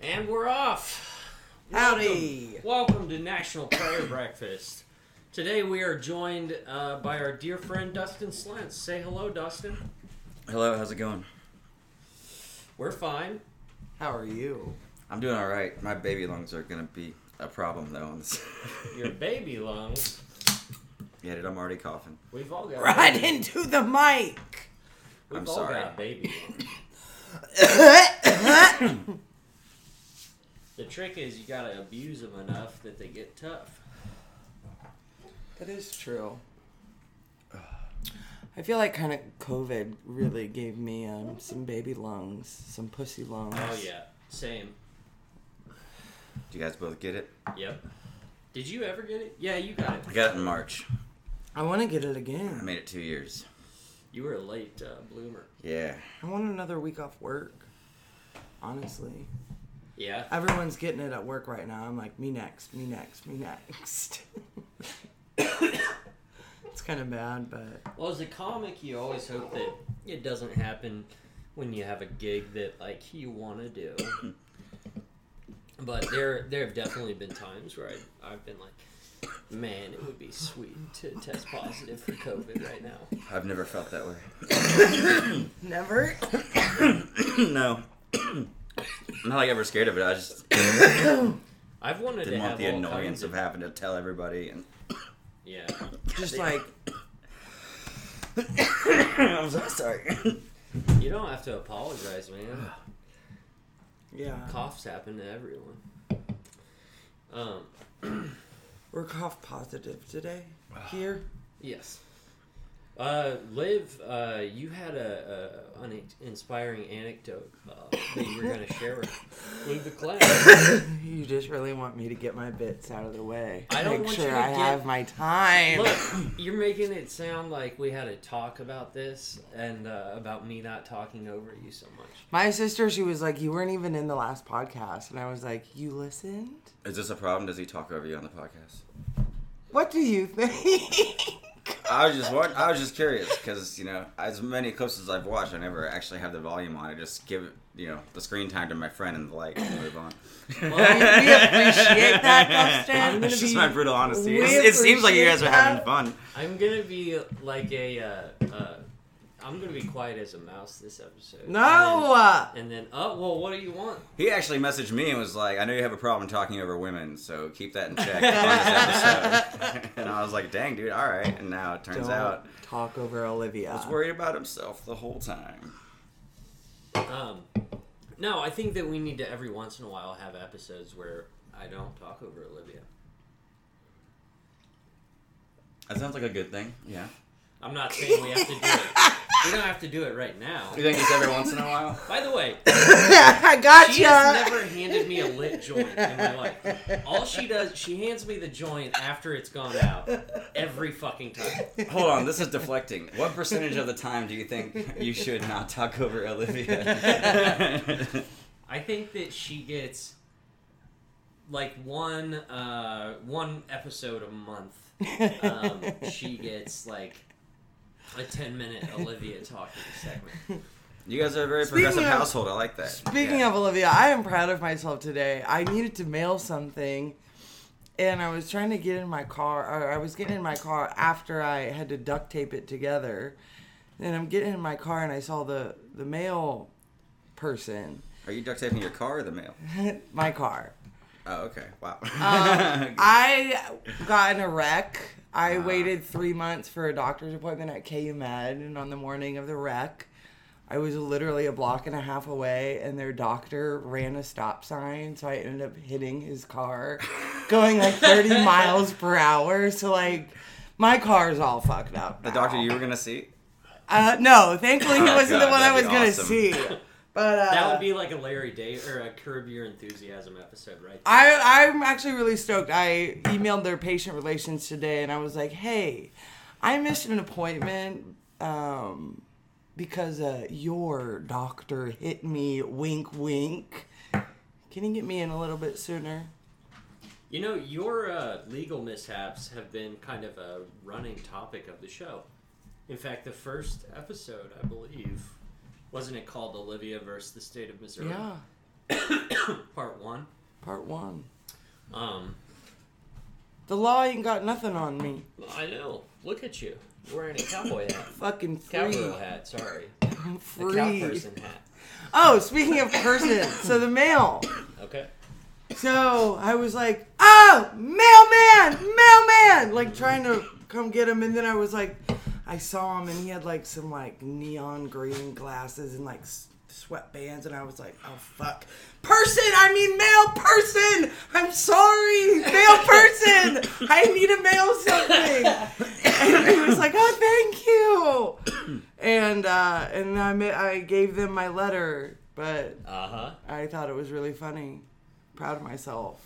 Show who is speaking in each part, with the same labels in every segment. Speaker 1: And we're off.
Speaker 2: Howdy.
Speaker 1: Welcome to National Prayer Breakfast. Today we are joined uh, by our dear friend Dustin Slentz. Say hello, Dustin.
Speaker 3: Hello, how's it going?
Speaker 1: We're fine.
Speaker 2: How are you?
Speaker 3: I'm doing all right. My baby lungs are gonna be a problem though. On this.
Speaker 1: Your baby lungs.
Speaker 3: yeah, dude, I'm already coughing.
Speaker 1: We've all got.
Speaker 2: Right
Speaker 1: baby-
Speaker 2: into the mic.
Speaker 1: We've
Speaker 3: I'm
Speaker 1: all
Speaker 3: sorry.
Speaker 1: got baby lungs. The trick is you gotta abuse them enough that they get tough.
Speaker 2: that is true. I feel like kind of COVID really gave me um, some baby lungs, some pussy lungs.
Speaker 1: Oh yeah. Same.
Speaker 3: Do you guys both get it?
Speaker 1: Yep. Did you ever get it? Yeah, you got it.
Speaker 3: I got it in March.
Speaker 2: I want to get it
Speaker 3: I
Speaker 2: again.
Speaker 3: made it two years.
Speaker 1: You were a late uh, bloomer.
Speaker 3: Yeah.
Speaker 2: I want another week off work. Honestly,
Speaker 1: Yeah.
Speaker 2: everyone's getting it at work right now. I'm like, me next, me next, me next. it's kind of bad, but
Speaker 1: Well, as a comic, you always hope that it doesn't happen when you have a gig that like you want to do. but there, there have definitely been times where I, I've been like, man, it would be sweet to test positive for COVID right now.
Speaker 3: I've never felt that way.
Speaker 2: never.
Speaker 3: no. I'm not like ever scared of it. I just
Speaker 1: I've wanted
Speaker 3: didn't
Speaker 1: to
Speaker 3: want
Speaker 1: have
Speaker 3: the
Speaker 1: all
Speaker 3: annoyance
Speaker 1: kinds
Speaker 3: of
Speaker 1: of,
Speaker 3: having to tell everybody. And
Speaker 1: yeah.
Speaker 2: Just like
Speaker 3: I'm so sorry.
Speaker 1: You don't have to apologize, man.
Speaker 2: yeah,
Speaker 1: Coughs happen to everyone. Um.
Speaker 2: we're cough positive today here.
Speaker 1: Yes. Uh, Liv, uh, you had a, a an inspiring anecdote uh, that you were going to share with, with the class.
Speaker 2: You just really want me to get my bits out of the way.
Speaker 1: I don't
Speaker 2: Make
Speaker 1: want
Speaker 2: sure
Speaker 1: you to
Speaker 2: I
Speaker 1: get-
Speaker 2: have my time.
Speaker 1: Look, you're making it sound like we had a talk about this and uh, about me not talking over you so much.
Speaker 2: My sister, she was like, "You weren't even in the last podcast," and I was like, "You listened?
Speaker 3: Is this a problem? Does he talk over you on the podcast?
Speaker 2: What do you think?"
Speaker 3: I was just wa- I was just curious because you know as many clips as I've watched, I never actually have the volume on. I just give you know the screen time to my friend and the like and move on.
Speaker 2: we appreciate that,
Speaker 1: I'm
Speaker 2: Dustin.
Speaker 1: gonna
Speaker 3: It's just
Speaker 1: be-
Speaker 3: my brutal honesty.
Speaker 2: we
Speaker 3: It's- It seems like you
Speaker 2: appreciate
Speaker 3: guys are having
Speaker 2: that.
Speaker 3: fun.
Speaker 1: I'm going to be like a. Uh, uh, I'm going to be quiet as a mouse this episode.
Speaker 2: No, uh,
Speaker 1: And then, and then, oh, well, what do you want?
Speaker 3: He actually messaged me and was like, "I know you have a problem talking over women, so keep that in check." on this episode. and I was like, "Dang, dude, all right." And now it turns
Speaker 2: don't
Speaker 3: out
Speaker 2: talk over Olivia.
Speaker 3: he was worried about himself the whole time.
Speaker 1: Um, no, I think that we need to every once in a while have episodes where I don't talk over Olivia.
Speaker 3: That sounds like a good thing. Yeah.
Speaker 1: I'm not saying we have to do it. We don't have to do it right now.
Speaker 3: You think it's every once in a while?
Speaker 1: By the way,
Speaker 2: I got
Speaker 1: she
Speaker 2: you.
Speaker 1: has never handed me a lit joint in my life. All she does, she hands me the joint after it's gone out every fucking time.
Speaker 3: Hold on, this is deflecting. What percentage of the time do you think you should not talk over Olivia?
Speaker 1: I think that she gets like one uh, one episode a month. Um, she gets like a ten minute Olivia talking segment.
Speaker 3: you guys are a very
Speaker 2: Speaking
Speaker 3: progressive
Speaker 2: of-
Speaker 3: household. I like that.
Speaker 2: Speaking of Olivia, I am proud of myself today. I needed to mail something, and I was trying to get in my car, or I was getting in my car after I had to duct tape it together. And I'm getting in my car, and I saw the the mail person,
Speaker 3: Are you duct taping your car or the mail?
Speaker 2: my car.
Speaker 3: Oh, okay. Wow.
Speaker 2: Um, I got in a wreck. I
Speaker 3: Ah.
Speaker 2: waited three months for a doctor's appointment at KU Med, and on the morning of the wreck, I was literally a block and a half away, and their doctor ran a stop sign, so I ended up hitting his car, going like 30 miles per hour. So like, my car's all fucked up.
Speaker 3: the
Speaker 2: now.
Speaker 3: doctor you were gonna see?
Speaker 2: Uh, no, thankfully he
Speaker 3: Oh,
Speaker 2: wasn't the
Speaker 3: God,
Speaker 2: one I was
Speaker 3: that'd be
Speaker 2: gonna
Speaker 3: awesome.
Speaker 2: see. But uh,
Speaker 1: That would be like a Larry Day or a Curb Your Enthusiasm episode, right? there.
Speaker 2: I I'm actually really stoked. I emailed their patient relations today, and I was like, "Hey, I missed an appointment um, because uh, your doctor hit me. Wink, wink. Can you get me in a little bit sooner?"
Speaker 1: you know, your uh, legal mishaps have been kind of a running topic of the show. In fact, the first episode, I believe, wasn't it called Olivia versus the State of Missouri?
Speaker 2: Yeah.
Speaker 1: part one.
Speaker 2: Part one.
Speaker 1: Um,
Speaker 2: The law ain't got nothing on me.
Speaker 1: I know. Look at you wearing a cowboy hat,
Speaker 2: Fucking free.
Speaker 1: cowgirl hat. Sorry,
Speaker 2: I'm
Speaker 1: the cow
Speaker 2: free.
Speaker 1: person hat.
Speaker 2: Oh, speaking of person, so the mail.
Speaker 1: Okay.
Speaker 2: So I was like, oh, mailman, mailman, like trying to come get him. And then I was like, I saw him and he had like some like neon green glasses and like s- sweatbands. And I was like, oh, fuck. Person, I mean mail person. I'm sorry, mail person. I need to mail something. And he was like, oh, thank you. And uh, and I, ma- I gave them my letter, but
Speaker 1: Uh huh.
Speaker 2: I thought it was really funny. Proud of myself.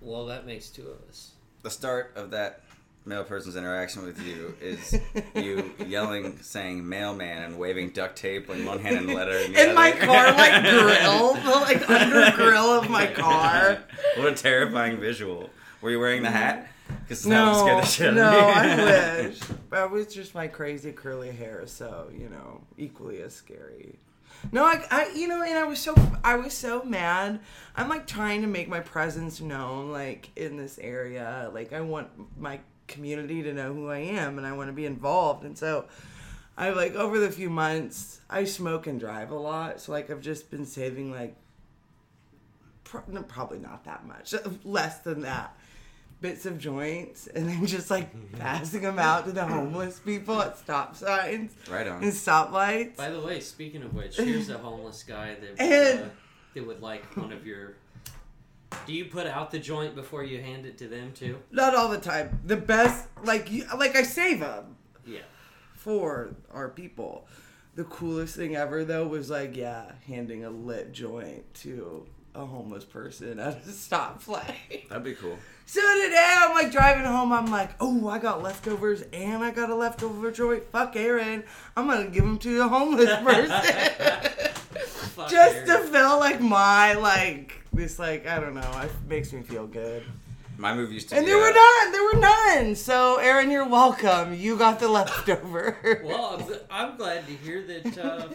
Speaker 1: Well, that makes two of us.
Speaker 3: the start of that male person's interaction with you is you yelling, saying "mailman" and waving duct tape in one hand and letter in the
Speaker 2: And my
Speaker 3: other.
Speaker 2: car, like grill, the like under grill of my car.
Speaker 3: what a terrifying visual. Were you wearing the hat? Because
Speaker 2: No,
Speaker 3: that would scare the shit
Speaker 2: no,
Speaker 3: out of me.
Speaker 2: I wish. But it was just my crazy curly hair, so you know, equally as scary. No, I, I, you know, and I was so, I was so mad. I'm like trying to make my presence known, like in this area. Like I want my community to know who I am, and I want to be involved. And so, I like over the few months, I smoke and drive a lot. So like I've just been saving like pro- no, probably not that much, less than that. Bits of joints, and then just like passing them out to the homeless people at stop signs
Speaker 3: Right
Speaker 2: and
Speaker 3: on.
Speaker 2: stoplights.
Speaker 1: By the way, speaking of which, here's a homeless guy that uh,
Speaker 2: And-
Speaker 1: that would like one of your. Do you put out the joint before you hand it to them too?
Speaker 2: Not all the time. The best, like, you, like I save them
Speaker 1: Yeah.
Speaker 2: for our people. The coolest thing ever though was like, yeah, handing a lit joint to a homeless person at a stoplight.
Speaker 3: That'd be cool.
Speaker 2: So today I'm like driving home. I'm like, oh, I got leftovers and I got a leftover joint. Fuck Aaron. I'm gonna give them to the homeless person
Speaker 1: Fuck
Speaker 2: just to
Speaker 1: Aaron.
Speaker 2: feel like my like this like I don't know. It makes me feel good.
Speaker 3: My move used to
Speaker 2: And
Speaker 3: be
Speaker 2: there were
Speaker 3: uh,
Speaker 2: none. There were none. So Aaron, you're welcome. You got the leftover.
Speaker 1: Well, I'm, gl- I'm glad to hear that uh,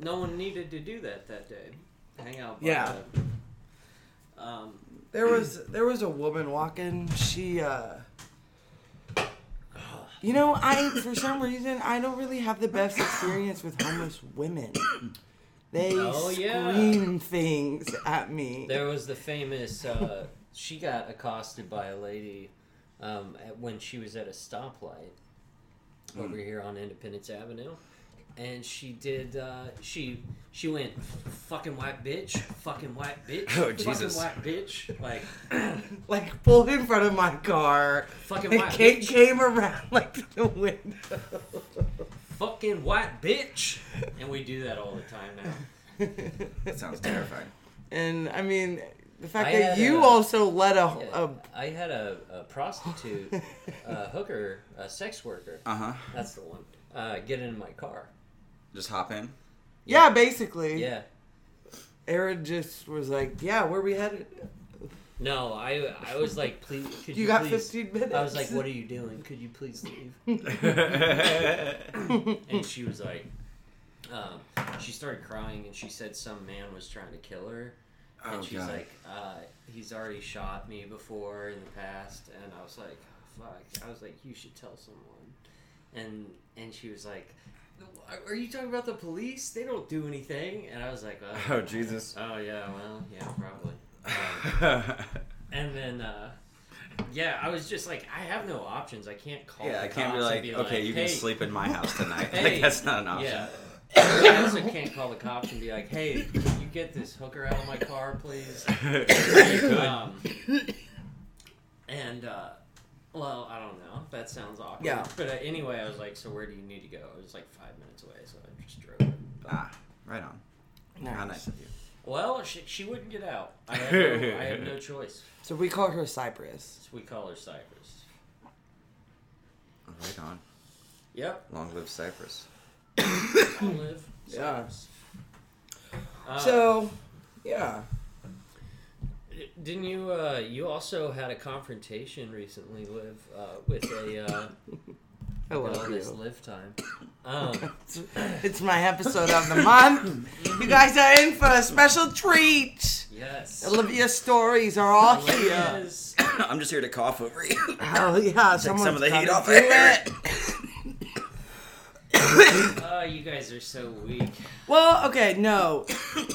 Speaker 1: no one needed to do that that day. Hang out. By
Speaker 2: Yeah.
Speaker 1: the- um,
Speaker 2: There was there was a woman walking. She uh You know, I for some reason I don't really have the best experience with homeless women. They
Speaker 1: Oh, yeah.
Speaker 2: scream things at me.
Speaker 1: There was the famous. Uh, she got accosted by a lady um, at, when she was at a stoplight
Speaker 2: Hmm.
Speaker 1: over here on Independence Avenue, and she did. Uh, she she went fucking white bitch, fucking white bitch,
Speaker 3: Oh,
Speaker 1: fucking
Speaker 3: Jesus.
Speaker 1: white bitch, like
Speaker 2: Like pulled in front of my car.
Speaker 1: fucking
Speaker 2: And
Speaker 1: white
Speaker 2: came,
Speaker 1: bitch,
Speaker 2: came around like to the window.
Speaker 1: fucking white bitch, and we do that all the time now.
Speaker 3: That sounds terrifying.
Speaker 2: and I mean the fact
Speaker 1: I
Speaker 2: that
Speaker 1: had
Speaker 2: you
Speaker 1: a-
Speaker 2: also let a,
Speaker 1: Yeah, I had a, a prostitute, a hooker, a sex worker.
Speaker 3: Uh huh.
Speaker 1: That's the one. Uh, get in my car.
Speaker 3: Just hop in.
Speaker 2: yeah, basically.
Speaker 1: Yeah.
Speaker 2: Aaron just was like, Yeah, where we headed?
Speaker 1: No, I I was like, please. Could you,
Speaker 2: You got
Speaker 1: please?
Speaker 2: 15 minutes.
Speaker 1: I was like, what are you doing? Could you please leave?
Speaker 3: Oh,
Speaker 1: And she was like, um, she started crying and she said some man was trying to kill her. And
Speaker 3: Oh,
Speaker 1: she's
Speaker 3: God.
Speaker 1: like, uh, he's already shot me before in the past. And I was like, fuck. I was like, you should tell someone. And and she was like, are you talking about the police? They don't do anything. And I was like, oh,
Speaker 3: Oh Jesus.
Speaker 1: oh yeah, well, yeah, probably. Um, And then, uh, yeah, I was just like, I have no options. I can't call.
Speaker 3: yeah,
Speaker 1: the
Speaker 3: I can't be
Speaker 1: cops and
Speaker 3: like, okay, you
Speaker 1: hey,
Speaker 3: can sleep in my house tonight.
Speaker 1: Hey.
Speaker 3: Like that's not an option.
Speaker 1: Yeah. I also can't call the cops and be like, hey, can you get this hooker out of my car, please?
Speaker 3: You could.
Speaker 1: Um, and, uh, well, I don't know. That sounds awkward.
Speaker 2: Yeah.
Speaker 1: But uh, anyway, I was like, so where do you need to go? It was like five minutes away, so I just drove.
Speaker 3: Ah, right on. How nice of you.
Speaker 1: Well, she, she wouldn't get out. I had, no, I had no choice.
Speaker 2: So we call her Cypress.
Speaker 1: So we call her Cypress.
Speaker 3: Right on.
Speaker 1: Yep.
Speaker 3: Long live Cyprus.
Speaker 1: olive.
Speaker 2: Yeah.
Speaker 1: Cyrus. Uh,
Speaker 2: so, yeah.
Speaker 1: didn't you? Uh, you also had a confrontation recently, Liv, uh, with a uh,
Speaker 2: I love
Speaker 1: all
Speaker 2: you.
Speaker 1: this live time. Um,
Speaker 2: It's my episode of the month. You guys are in for a special treat.
Speaker 1: yes.
Speaker 2: Olivia's stories are all here.
Speaker 1: Yes.
Speaker 3: I'm just here to cough over you.
Speaker 2: Oh yeah,
Speaker 3: Take
Speaker 2: someone's
Speaker 3: some of the heat
Speaker 2: gotta
Speaker 3: off
Speaker 2: do
Speaker 3: my hair.
Speaker 2: it.
Speaker 1: Oh, you guys are so weak.
Speaker 2: Well, okay, no.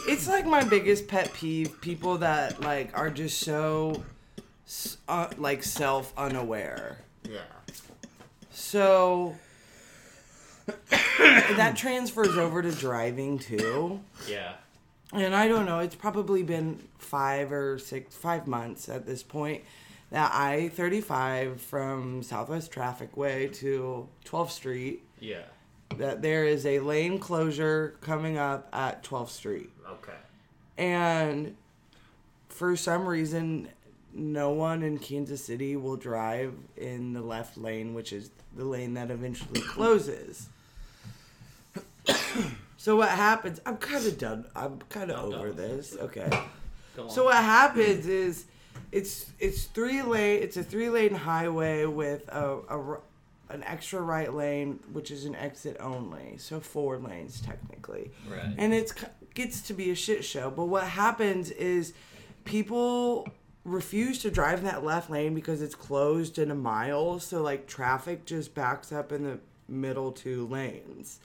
Speaker 2: It's like my biggest pet peeve people that like are just so s- uh, like self unaware.
Speaker 1: Yeah.
Speaker 2: So that transfers over to driving too.
Speaker 1: Yeah.
Speaker 2: and I don't know, it's probably been five or six, five months at this point that I 35 from Southwest Traffic Way to 12th Street,
Speaker 1: Yeah.
Speaker 2: that there is a lane closure coming up at 12th Street.
Speaker 1: Okay.
Speaker 2: And for some reason, no one in Kansas City will drive in the left lane, which is the lane that eventually closes. so what happens? I'm kind of done. I'm kind of
Speaker 1: I'm done
Speaker 2: over
Speaker 1: with
Speaker 2: this. Okay.
Speaker 1: Go on.
Speaker 2: So what happens is, it's it's three lane. It's a three lane highway with a, a r- an extra right lane, which is an exit only. So four lanes technically
Speaker 1: Right.
Speaker 2: and it's gets to be a shit show. But what happens is people refuse to drive in that left lane because it's closed in a mile, so like traffic just backs up in the middle two lanes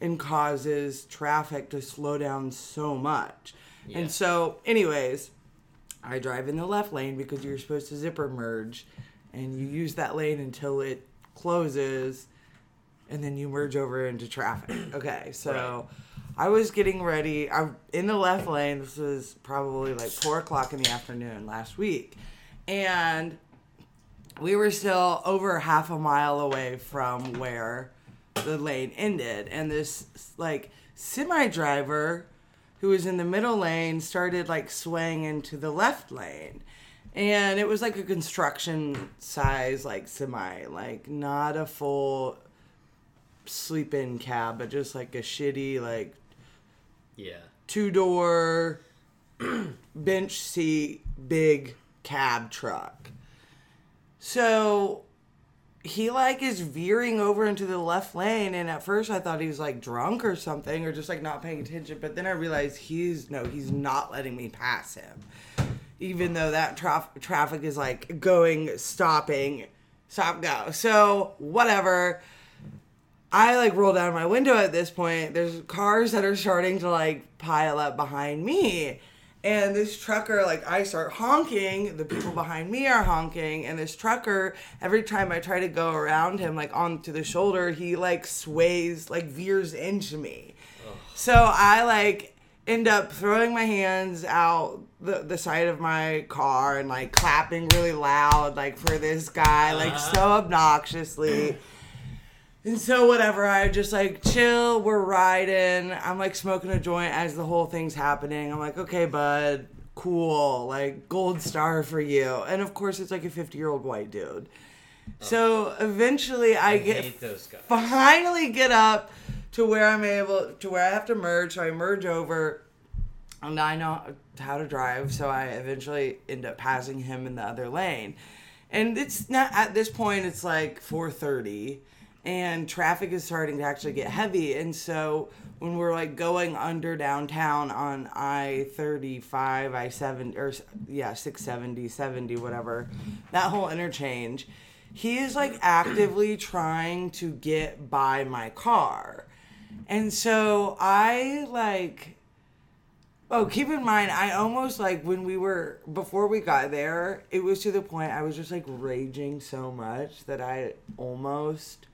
Speaker 2: and causes traffic to slow down so much.
Speaker 1: Yeah.
Speaker 2: And so anyways, I drive in the left lane because you're supposed to zipper merge and you use that lane until it closes and then you merge over into traffic. Okay, so I was getting ready. I'm in the left lane. This was probably like four o'clock in the afternoon last week. And we were still over half a mile away from where the lane ended and this like semi driver who was in the middle lane started like swaying into the left lane and it was like a construction size like semi like not a full sleep in cab but just like a shitty like
Speaker 1: yeah.
Speaker 2: two door bench seat big cab truck. So he like is veering over into the left lane and at first I thought he was like drunk or something or just like not paying attention, but then I realized he's no, he's not letting me pass him. Even though that traf- traffic is like going stopping stop go. So whatever. I like roll down my window at this point. There's cars that are starting to like pile up behind me. And this trucker, like, I start honking. The people behind me are honking. And this trucker, every time I try to go around him, like onto the shoulder, he like sways, like veers into me. So I like end up throwing my hands out the, the side of my car and like clapping really loud, like for this guy, like so obnoxiously. And so whatever, I just like chill, we're riding. I'm like smoking a joint as the whole thing's happening. I'm like, okay, bud, cool, like gold star for you. And of course it's like a fifty year old white dude. So eventually I,
Speaker 1: I
Speaker 2: get
Speaker 1: hate those guys.
Speaker 2: finally get up to where I'm able to where I have to merge. So I merge over, and I know how to drive. So I eventually end up passing him in the other lane, and it's not at this point. It's like four thirty. And traffic is starting to actually get heavy. And so when we're like going under downtown on I 35, I 7, or yeah, 670, 70, whatever, that whole interchange, he is like actively trying to get by my car. And so I like Oh, keep in mind I almost like when we were before we got there, it was to the point I was just like raging so much that I almost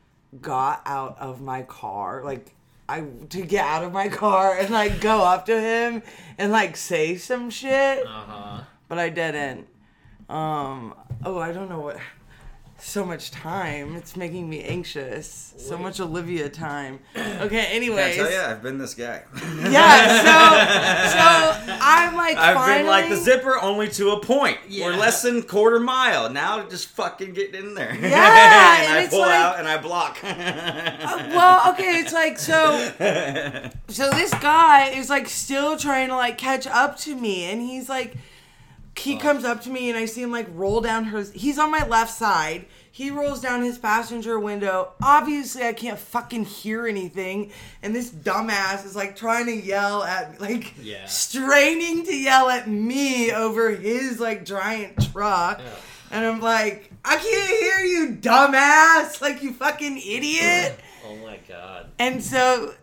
Speaker 2: got out of my car like I to get out of my car and like go up to him and like say some shit
Speaker 1: Uh huh.
Speaker 2: but I didn't. Um, oh, I don't know what. So much time. It's making me anxious. So
Speaker 1: Wait.
Speaker 2: much Olivia time. Okay.
Speaker 3: Can
Speaker 2: Anyways.
Speaker 3: I tell you, I've been this guy.
Speaker 2: Yeah. So, so I'm like
Speaker 3: I've
Speaker 2: finally.
Speaker 3: been like the zipper only to a point. We're
Speaker 1: Yeah.
Speaker 3: less than quarter mile. Now just fucking get in there. Yeah, and,
Speaker 2: and
Speaker 3: I
Speaker 2: it's
Speaker 3: pull
Speaker 2: like-
Speaker 3: out and I block.
Speaker 2: Uh, well, okay, it's like so. So this guy is like still trying to like catch up to me, and he's like he
Speaker 1: Oh.
Speaker 2: comes up to me and I see him like roll down her. He's on my left side. He rolls down his passenger window. Obviously, I can't fucking hear anything. And this dumbass is like trying to yell at me, like
Speaker 1: Yeah.
Speaker 2: straining to yell at me over his like giant truck.
Speaker 1: Yeah.
Speaker 2: And I'm like, I can't hear you, dumbass. Like, you fucking idiot.
Speaker 1: Oh my god.
Speaker 2: And so,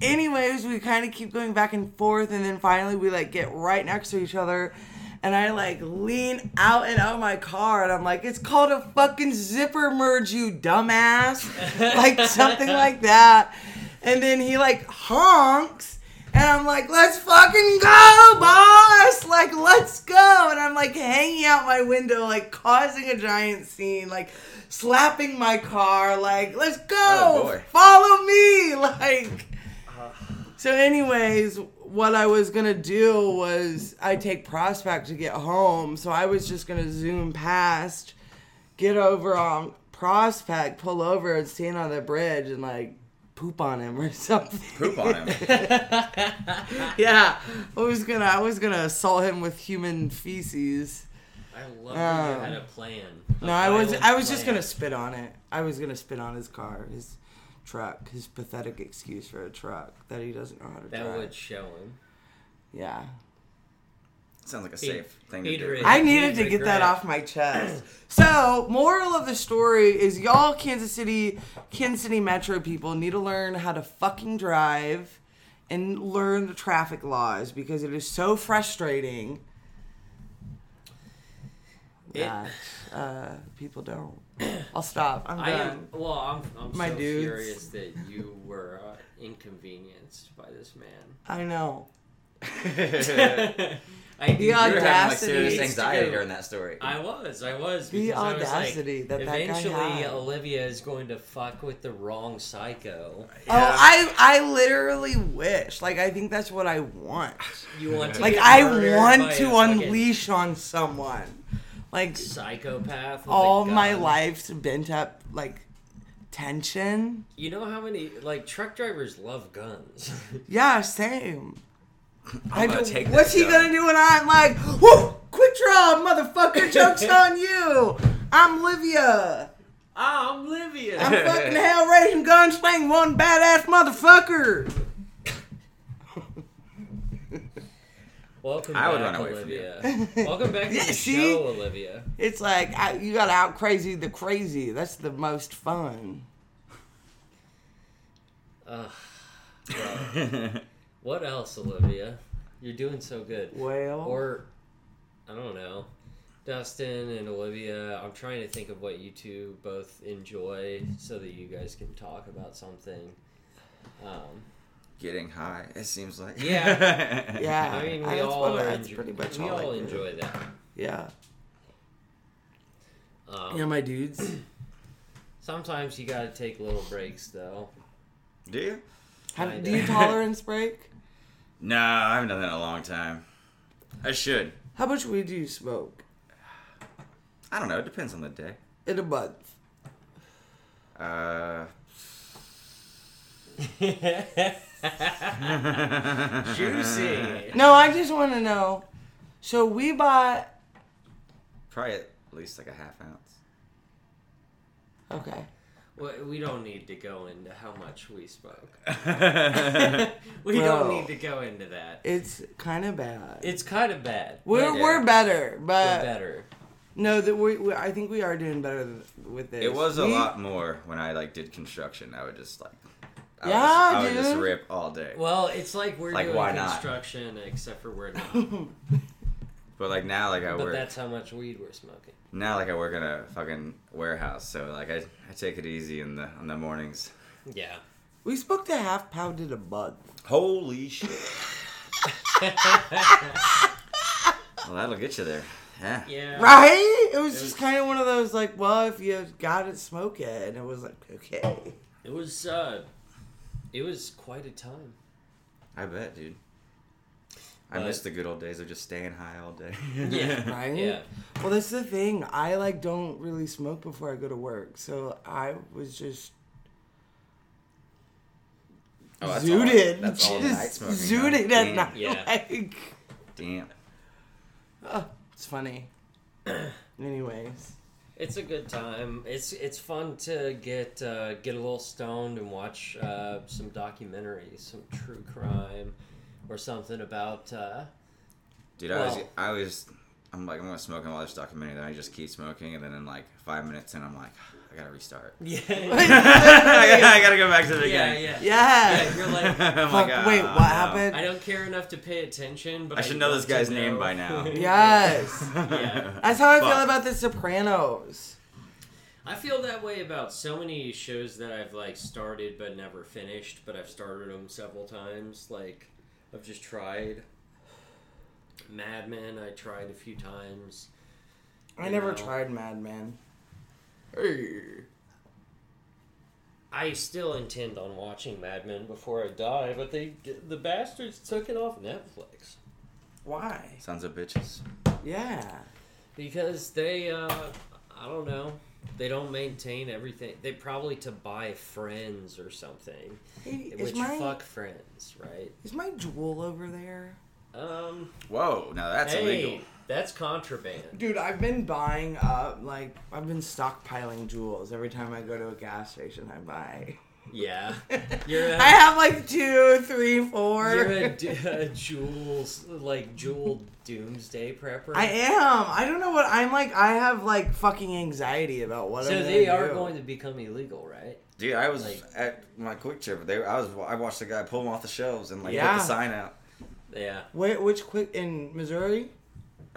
Speaker 2: anyways, we kind of keep going back and forth, and then finally we like get right next to each other, and I like lean out and out of my car, and I'm like, "It's called a fucking zipper merge, you dumbass!" like something like that. And then he like honks. And I'm like, let's fucking go, boss! Like, let's go! And I'm like hanging out my window, like causing a giant scene, like slapping my car, like, let's go!
Speaker 3: Oh, boy.
Speaker 2: Follow me! Like, so, anyways, what I was gonna do was I take Prospect to get home, so I was just gonna zoom past, get over on Prospect, pull over and stand on the bridge and like poop on him or something.
Speaker 3: Poop on him.
Speaker 2: yeah, I was gonna I was gonna assault him with human feces.
Speaker 1: I love that
Speaker 2: Oh.
Speaker 1: you had a plan. A
Speaker 2: No, I was
Speaker 1: violent
Speaker 2: I was just
Speaker 1: plan.
Speaker 2: gonna spit on it. I was gonna spit on his car, his truck, his pathetic excuse for a truck that he doesn't know how to
Speaker 1: That
Speaker 2: drive.
Speaker 1: would show him.
Speaker 2: Yeah.
Speaker 3: Sounds like a
Speaker 1: He'd-
Speaker 3: safe thing to
Speaker 1: he'd
Speaker 3: do.
Speaker 1: really-
Speaker 2: I needed to
Speaker 1: Huge
Speaker 2: get that
Speaker 1: regret.
Speaker 2: off my chest. So, moral of the story is y'all Kansas City, Kansas City metro people need to learn how to fucking drive and learn the traffic laws because it is so frustrating
Speaker 1: It-
Speaker 2: that uh, people don't. I'll stop. I'm
Speaker 1: I am.
Speaker 2: done.
Speaker 1: Well, I'm. I'm
Speaker 2: Um, My
Speaker 1: so
Speaker 2: dudes.
Speaker 1: furious that you were uh, inconvenienced by this
Speaker 2: I know.
Speaker 1: man. I do.
Speaker 2: The
Speaker 3: You were having like
Speaker 2: audacity.
Speaker 3: serious
Speaker 1: Needs to
Speaker 3: anxiety
Speaker 1: go.
Speaker 3: during that story.
Speaker 1: I was. I was.
Speaker 2: The
Speaker 1: because I was like,
Speaker 2: audacity that that guy
Speaker 1: Eventually,
Speaker 2: had.
Speaker 1: Olivia is going to fuck with the wrong psycho.
Speaker 2: Oh, I I literally wish. Like I think that's what I want.
Speaker 1: You want to
Speaker 2: Like
Speaker 1: get
Speaker 2: I
Speaker 1: murdered by
Speaker 2: want
Speaker 1: a
Speaker 2: to
Speaker 1: fucking
Speaker 2: unleash on someone. Like
Speaker 1: psychopath. with a
Speaker 3: uh,
Speaker 2: all my
Speaker 1: gun.
Speaker 2: life's bent up like tension.
Speaker 1: You know how many like truck drivers love guns.
Speaker 2: Yeah, same. I
Speaker 3: gonna
Speaker 2: don't-
Speaker 3: take this
Speaker 2: what's he
Speaker 3: gun.
Speaker 2: gonna do when I'm like, whoa, quit draw, motherfucker, joke's on you. I'm Livia.
Speaker 1: I'm Olivia.
Speaker 2: I'm fucking hell raising gunsling one badass motherfucker.
Speaker 1: Welcome
Speaker 3: I would
Speaker 1: back,
Speaker 3: run away from
Speaker 1: Olivia. Welcome back to the
Speaker 2: See?
Speaker 1: show, Olivia.
Speaker 2: It's like I, you gotta out crazy the crazy. That's the most fun.
Speaker 1: Ugh, what else, Olivia? You're doing so good.
Speaker 2: Well,
Speaker 1: Or, I don't know, Dustin and Olivia. I'm trying to think of what you two both enjoy so that you guys can talk about something. Um,
Speaker 3: Getting high, it seems like.
Speaker 1: Yeah.
Speaker 2: yeah,
Speaker 1: I mean,
Speaker 2: I-
Speaker 1: we
Speaker 2: that's
Speaker 1: all
Speaker 2: what-
Speaker 1: are
Speaker 2: that's
Speaker 1: enjo-
Speaker 2: pretty much
Speaker 1: we all
Speaker 2: I do.
Speaker 1: enjoy that.
Speaker 2: Yeah,
Speaker 1: Um,
Speaker 2: yeah, my dudes.
Speaker 1: Sometimes you gotta take little breaks, though.
Speaker 3: Do you?
Speaker 2: Have,
Speaker 1: I
Speaker 2: do you
Speaker 1: do.
Speaker 2: tolerance break?
Speaker 3: No, I haven't done that in a long time. I should.
Speaker 2: How much weed do you smoke
Speaker 3: I don't know. It depends on the day.
Speaker 2: in a month?
Speaker 3: Uh,
Speaker 1: Juicy.
Speaker 2: No, I just want to know. So we bought.
Speaker 3: probably at least like a half ounce.
Speaker 2: Okay.
Speaker 1: Well, we don't need to go into how much we spoke.
Speaker 3: yeah,
Speaker 1: we
Speaker 2: Bro.
Speaker 1: don't need to go into that.
Speaker 2: It's kind of bad.
Speaker 1: It's kind of bad.
Speaker 2: we're
Speaker 3: Yeah.
Speaker 2: we're better,
Speaker 1: We're
Speaker 2: but
Speaker 1: better.
Speaker 2: no, that we, we I think we are doing better th- with this.
Speaker 3: it was a
Speaker 2: We-
Speaker 3: lot more when I like did construction. I would just like, I
Speaker 2: Yeah,
Speaker 3: would just, I would just
Speaker 2: dude.
Speaker 3: rip all day.
Speaker 1: Well, it's like we're
Speaker 3: Like, why
Speaker 1: doing
Speaker 3: not?
Speaker 1: construction, except for we're not.
Speaker 3: But like now, like I
Speaker 1: but
Speaker 3: work
Speaker 1: that's how much weed we're smoking.
Speaker 3: now, like I work in a fucking warehouse. So like I, I take it easy in the on the mornings.
Speaker 1: Yeah.
Speaker 2: We spoke to half pound in a month.
Speaker 3: Holy shit! well, that'll get you there. Yeah.
Speaker 1: Yeah.
Speaker 2: Right? It was
Speaker 1: It was-
Speaker 2: just kind of one of those like, well, if you got it, smoke it, and it was like, okay.
Speaker 1: It was. uh It was quite a time.
Speaker 3: I bet, dude. I
Speaker 1: But-
Speaker 3: miss the good old days of just staying high all day.
Speaker 1: Yeah.
Speaker 2: Right?
Speaker 1: Yeah.
Speaker 2: Well, that's the thing. I like don't really smoke before I go to work, so I was just
Speaker 3: Oh, that's all-
Speaker 2: zooted,
Speaker 3: that's all night
Speaker 2: just
Speaker 3: smoking, huh?
Speaker 2: zooted at
Speaker 3: Damn.
Speaker 2: night.
Speaker 1: Yeah.
Speaker 2: Like,
Speaker 3: Damn.
Speaker 2: It's funny. Anyways,
Speaker 1: It's a good time. It's it's fun to get uh, get a little stoned and watch uh, some documentaries, some true crime, or something about. Uh,
Speaker 3: Dude, I was,
Speaker 1: Well-
Speaker 3: I was, I'm like, I'm gonna smoke and watch this documentary. Then I just keep smoking, and then in like five minutes in, I'm like, "Ah, I gotta restart.
Speaker 1: yeah,
Speaker 3: I, gotta, I gotta go back to the
Speaker 1: yeah,
Speaker 3: beginning.
Speaker 1: yeah,
Speaker 2: yeah.
Speaker 1: Yeah, You're like,
Speaker 3: I'm
Speaker 2: Fuck,
Speaker 3: like, ah,
Speaker 2: wait, what
Speaker 3: no.
Speaker 2: happened?
Speaker 1: I don't care enough to pay attention, but
Speaker 3: I
Speaker 1: I
Speaker 3: should know
Speaker 1: want
Speaker 3: this guy's
Speaker 1: to
Speaker 3: name
Speaker 1: know.
Speaker 3: by now.
Speaker 2: Yes.
Speaker 1: Yeah.
Speaker 2: That's how I feel
Speaker 3: Fuck.
Speaker 2: about The Sopranos.
Speaker 1: I feel that way about so many shows that I've like started but never finished, but I've started them several times. Like I've just tried. Mad Men, I tried a few times.
Speaker 2: I
Speaker 1: You
Speaker 2: never
Speaker 1: know.
Speaker 2: tried Mad Men. Hey.
Speaker 1: I still intend on watching Mad Men before I die, but they the bastards took it off Netflix
Speaker 2: Why?
Speaker 3: Sons of bitches.
Speaker 2: Yeah.
Speaker 1: because they uh, I don't know they don't maintain everything. They probably to buy Friends or something,
Speaker 2: Hey, is
Speaker 1: which
Speaker 2: my
Speaker 1: fuck Friends, right?
Speaker 2: is my jewel over there?
Speaker 1: Um,
Speaker 3: Whoa, now that's
Speaker 1: hey,
Speaker 3: illegal.
Speaker 1: that's contraband.
Speaker 2: Dude, I've been buying up like I've been stockpiling jewels every time I go to a gas station. I buy.
Speaker 1: Yeah, You're a-
Speaker 2: I have like two, three,
Speaker 1: you're a,
Speaker 2: four.
Speaker 1: d- a Jules like Jewel doomsday prepper.
Speaker 2: I am. I don't know what I'm like. I have like fucking anxiety about what.
Speaker 1: so
Speaker 2: I'm
Speaker 1: they
Speaker 2: gonna
Speaker 1: are
Speaker 2: do.
Speaker 1: going to become illegal, right?
Speaker 3: Dude, I was
Speaker 1: Like-
Speaker 3: at my quick trip. They, were- I was, I watched the guy pull them off the shelves and like
Speaker 2: Yeah.
Speaker 3: put the sign out.
Speaker 1: Yeah.
Speaker 2: Wait, which quick in Missouri?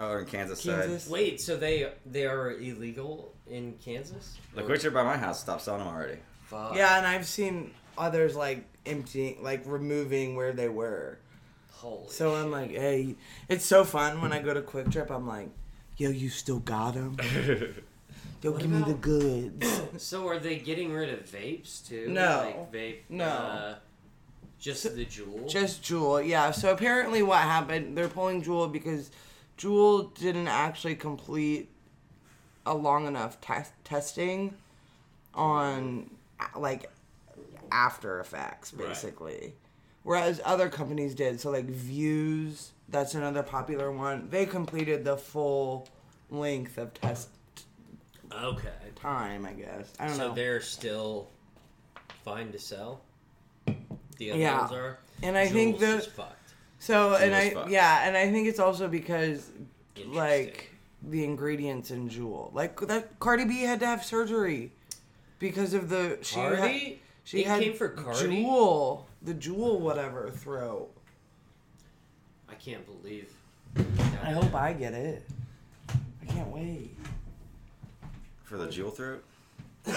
Speaker 3: Oh, in Kansas,
Speaker 2: Kansas.
Speaker 3: side.
Speaker 1: Wait, so they they are illegal in Kansas?
Speaker 3: The quick trip by my house stopped selling them already.
Speaker 1: Fuck.
Speaker 2: Yeah, and I've seen others like emptying, like removing where they were.
Speaker 1: Holy.
Speaker 2: So I'm like, hey, it's so fun when I go to Quick Trip. I'm like, yo, you still got them? Yo,
Speaker 1: What
Speaker 2: give me the
Speaker 1: about-
Speaker 2: goods.
Speaker 1: shit. so are they getting rid of vapes too?
Speaker 2: um, No.
Speaker 1: Like vape.
Speaker 2: No.
Speaker 1: Uh, just the jewel.
Speaker 2: Just Jewel, yeah. So apparently, what happened? They're pulling Jewel because Jewel didn't actually complete a long enough test testing on a- like after effects,
Speaker 1: Right.
Speaker 2: basically. Whereas other companies did. So like Views, that's another popular one. They completed the full length of test
Speaker 1: okay.
Speaker 2: time, I guess. I don't
Speaker 1: So
Speaker 2: know.
Speaker 1: they're still fine to sell. The other
Speaker 2: Yeah.
Speaker 1: ones are.
Speaker 2: And I think
Speaker 1: Juul's
Speaker 2: the
Speaker 1: just fucked.
Speaker 2: so and
Speaker 3: Jewel's
Speaker 2: I
Speaker 3: fucked.
Speaker 2: yeah, and I think it's also because
Speaker 1: Interesting.
Speaker 2: like the ingredients in Jewel. Like that Cardi B had to have surgery because of the she had-
Speaker 1: Cardi.
Speaker 2: she
Speaker 1: It
Speaker 2: had
Speaker 1: came for Cardi?
Speaker 2: Jewel, the Jewel whatever throat.
Speaker 1: I can't believe.
Speaker 2: I hope I get it. I can't wait.
Speaker 3: For the jewel throat?
Speaker 1: To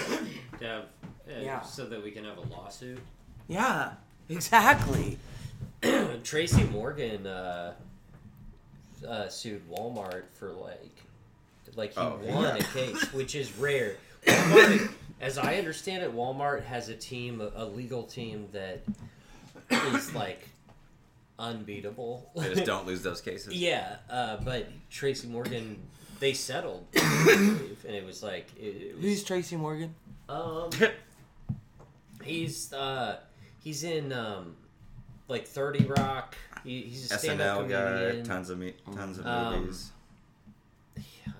Speaker 1: have, uh,
Speaker 2: Yeah.
Speaker 1: So that we can have a lawsuit.
Speaker 2: Yeah, exactly.
Speaker 1: Tracy Morgan uh, uh, sued Walmart for like, like he
Speaker 3: Oh,
Speaker 1: won
Speaker 3: yeah.
Speaker 1: a case, which is rare. Walmart, as I understand it, Walmart has a team, a legal team that is like unbeatable.
Speaker 3: They just don't lose those cases.
Speaker 1: yeah, uh, but Tracy Morgan, they settled, I believe, and it was like it, it was
Speaker 2: Who's Tracy Morgan?
Speaker 1: um, he's uh, he's in um, like Thirty Rock. He, he's a stand-up
Speaker 3: SNL guy,
Speaker 1: comedian.
Speaker 3: tons of me- tons of
Speaker 1: Um,
Speaker 3: movies.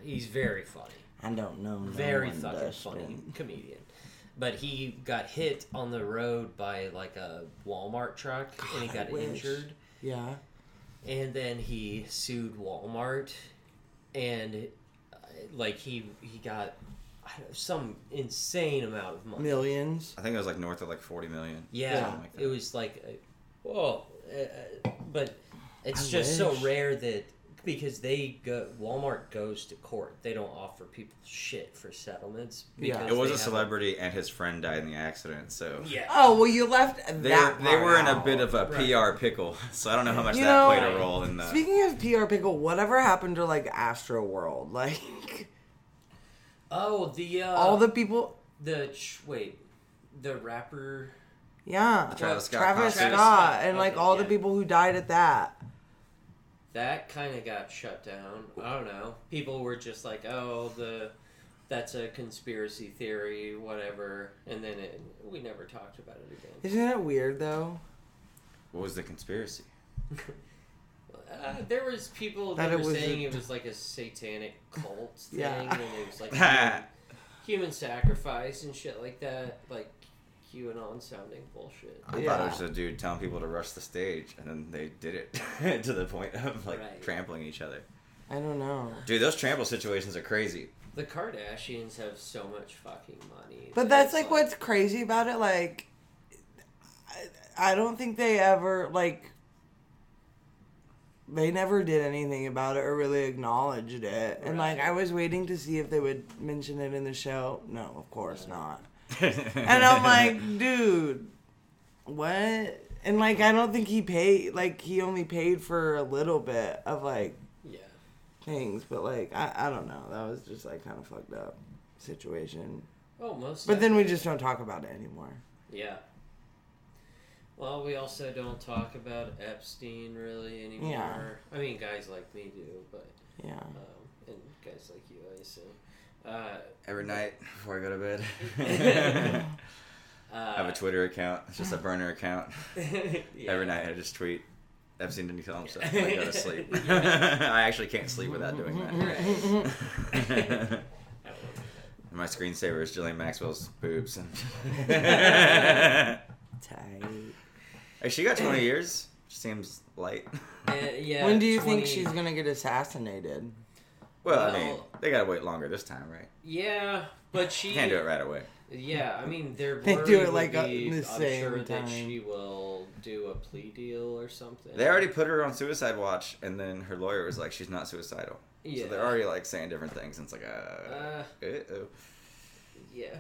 Speaker 1: He's very funny,
Speaker 2: I don't know. no
Speaker 1: very
Speaker 2: one
Speaker 1: fucking
Speaker 2: does,
Speaker 1: funny
Speaker 2: but-
Speaker 1: comedian. But he got hit on the road by like a Walmart truck, and he
Speaker 2: God, I
Speaker 1: got
Speaker 2: wish.
Speaker 1: injured.
Speaker 2: Yeah.
Speaker 1: and then he sued Walmart, and uh, like he he got I don't know, some insane amount of money.
Speaker 2: Millions.
Speaker 3: I think it was like north of like 40 million.
Speaker 1: Yeah,
Speaker 3: Something like that.
Speaker 1: it was like, uh, whoa, uh, uh, but it's
Speaker 2: I
Speaker 1: just so
Speaker 2: wish.
Speaker 1: rare that because they go Walmart goes to court, they don't offer people shit for settlements.
Speaker 2: Yeah.
Speaker 1: because
Speaker 3: It was
Speaker 1: they
Speaker 3: a
Speaker 1: have
Speaker 3: celebrity, and his friend died in the accident. So
Speaker 1: Yeah,
Speaker 2: Oh well, you left
Speaker 3: they
Speaker 2: that.
Speaker 3: they
Speaker 2: part
Speaker 3: were in a
Speaker 2: out.
Speaker 3: bit of a
Speaker 1: Right.
Speaker 3: PR pickle. So I don't know how much
Speaker 2: You
Speaker 3: that
Speaker 2: know,
Speaker 3: played a role in the.
Speaker 2: Speaking of PR pickle, whatever happened to like Astro World? Like
Speaker 1: Oh, the uh,
Speaker 2: all the people.
Speaker 1: the ch- wait, the rapper.
Speaker 2: Yeah,
Speaker 3: Travis Scott
Speaker 2: Travis
Speaker 3: concert.
Speaker 2: Scott,
Speaker 1: Travis Scott,
Speaker 2: and like
Speaker 1: okay,
Speaker 2: all the
Speaker 1: yeah.
Speaker 2: people who died at that.
Speaker 1: that kind of got shut down. I don't know. People were just like, "Oh, the that's a conspiracy theory, whatever," and then it, we never talked about it again.
Speaker 2: Isn't that weird though?
Speaker 3: What was the conspiracy?
Speaker 1: Well, uh, there was people
Speaker 2: That
Speaker 1: that
Speaker 2: it
Speaker 1: were
Speaker 2: was
Speaker 1: saying
Speaker 2: a-
Speaker 1: it was like a satanic cult thing,
Speaker 2: Yeah.
Speaker 1: and it was like human, human sacrifice and shit like that, like QAnon sounding bullshit.
Speaker 3: I thought it was just a dude telling people to rush the stage, and then they did it to the point of like
Speaker 1: Right.
Speaker 3: trampling each other.
Speaker 2: I don't know.
Speaker 3: Dude, those trample situations are crazy.
Speaker 1: The Kardashians have so much fucking money,
Speaker 2: But
Speaker 1: that
Speaker 2: that's
Speaker 1: it's
Speaker 2: like what's crazy about it. Like, I, I don't think they ever like. They never did anything about it or really acknowledged it. And like, I was waiting to see if they would mention it in the show. No, of course not. And I'm like, dude, what? And like, I don't think he paid. Like, he only paid for a little bit of like
Speaker 1: yeah,
Speaker 2: things, but like, I, I don't know. That was just like kind of fucked up situation.
Speaker 1: oh most.
Speaker 2: But then we
Speaker 1: definitely.
Speaker 2: just don't talk about it anymore.
Speaker 1: yeah. Well, we also don't talk about Epstein really anymore. I mean, guys like me do, but
Speaker 2: Yeah.
Speaker 1: um, and guys like you, I assume. Uh,
Speaker 3: Every night before I go to bed, I have a Twitter account. It's just a burner account.
Speaker 1: uh, yeah.
Speaker 3: Every night I just tweet. Epstein didn't kill himself. I go to sleep. I actually can't sleep without doing that.
Speaker 1: I don't know.
Speaker 3: My screensaver is Jillian Maxwell's boobs.
Speaker 2: Tight.
Speaker 3: Hey, she got 20 years. She seems light.
Speaker 1: Uh, yeah.
Speaker 2: when do you think
Speaker 1: 20
Speaker 2: she's gonna get assassinated?
Speaker 3: Well, I
Speaker 1: Well-
Speaker 3: mean, they gotta wait longer this time, right?
Speaker 1: Yeah, but she.
Speaker 3: Can't do it right away.
Speaker 1: Yeah, I mean, they're.
Speaker 2: They
Speaker 1: worried
Speaker 2: do it,
Speaker 1: would
Speaker 2: like, at
Speaker 1: be,
Speaker 2: the
Speaker 1: I'm
Speaker 2: same
Speaker 1: sure
Speaker 2: time.
Speaker 1: that she will do a plea deal or something.
Speaker 3: They already put her on suicide watch, and then her lawyer was like, she's not suicidal.
Speaker 1: Yeah.
Speaker 3: So they're already like saying different things, and it's like, uh,
Speaker 1: Uh,
Speaker 3: uh-oh.
Speaker 1: yeah.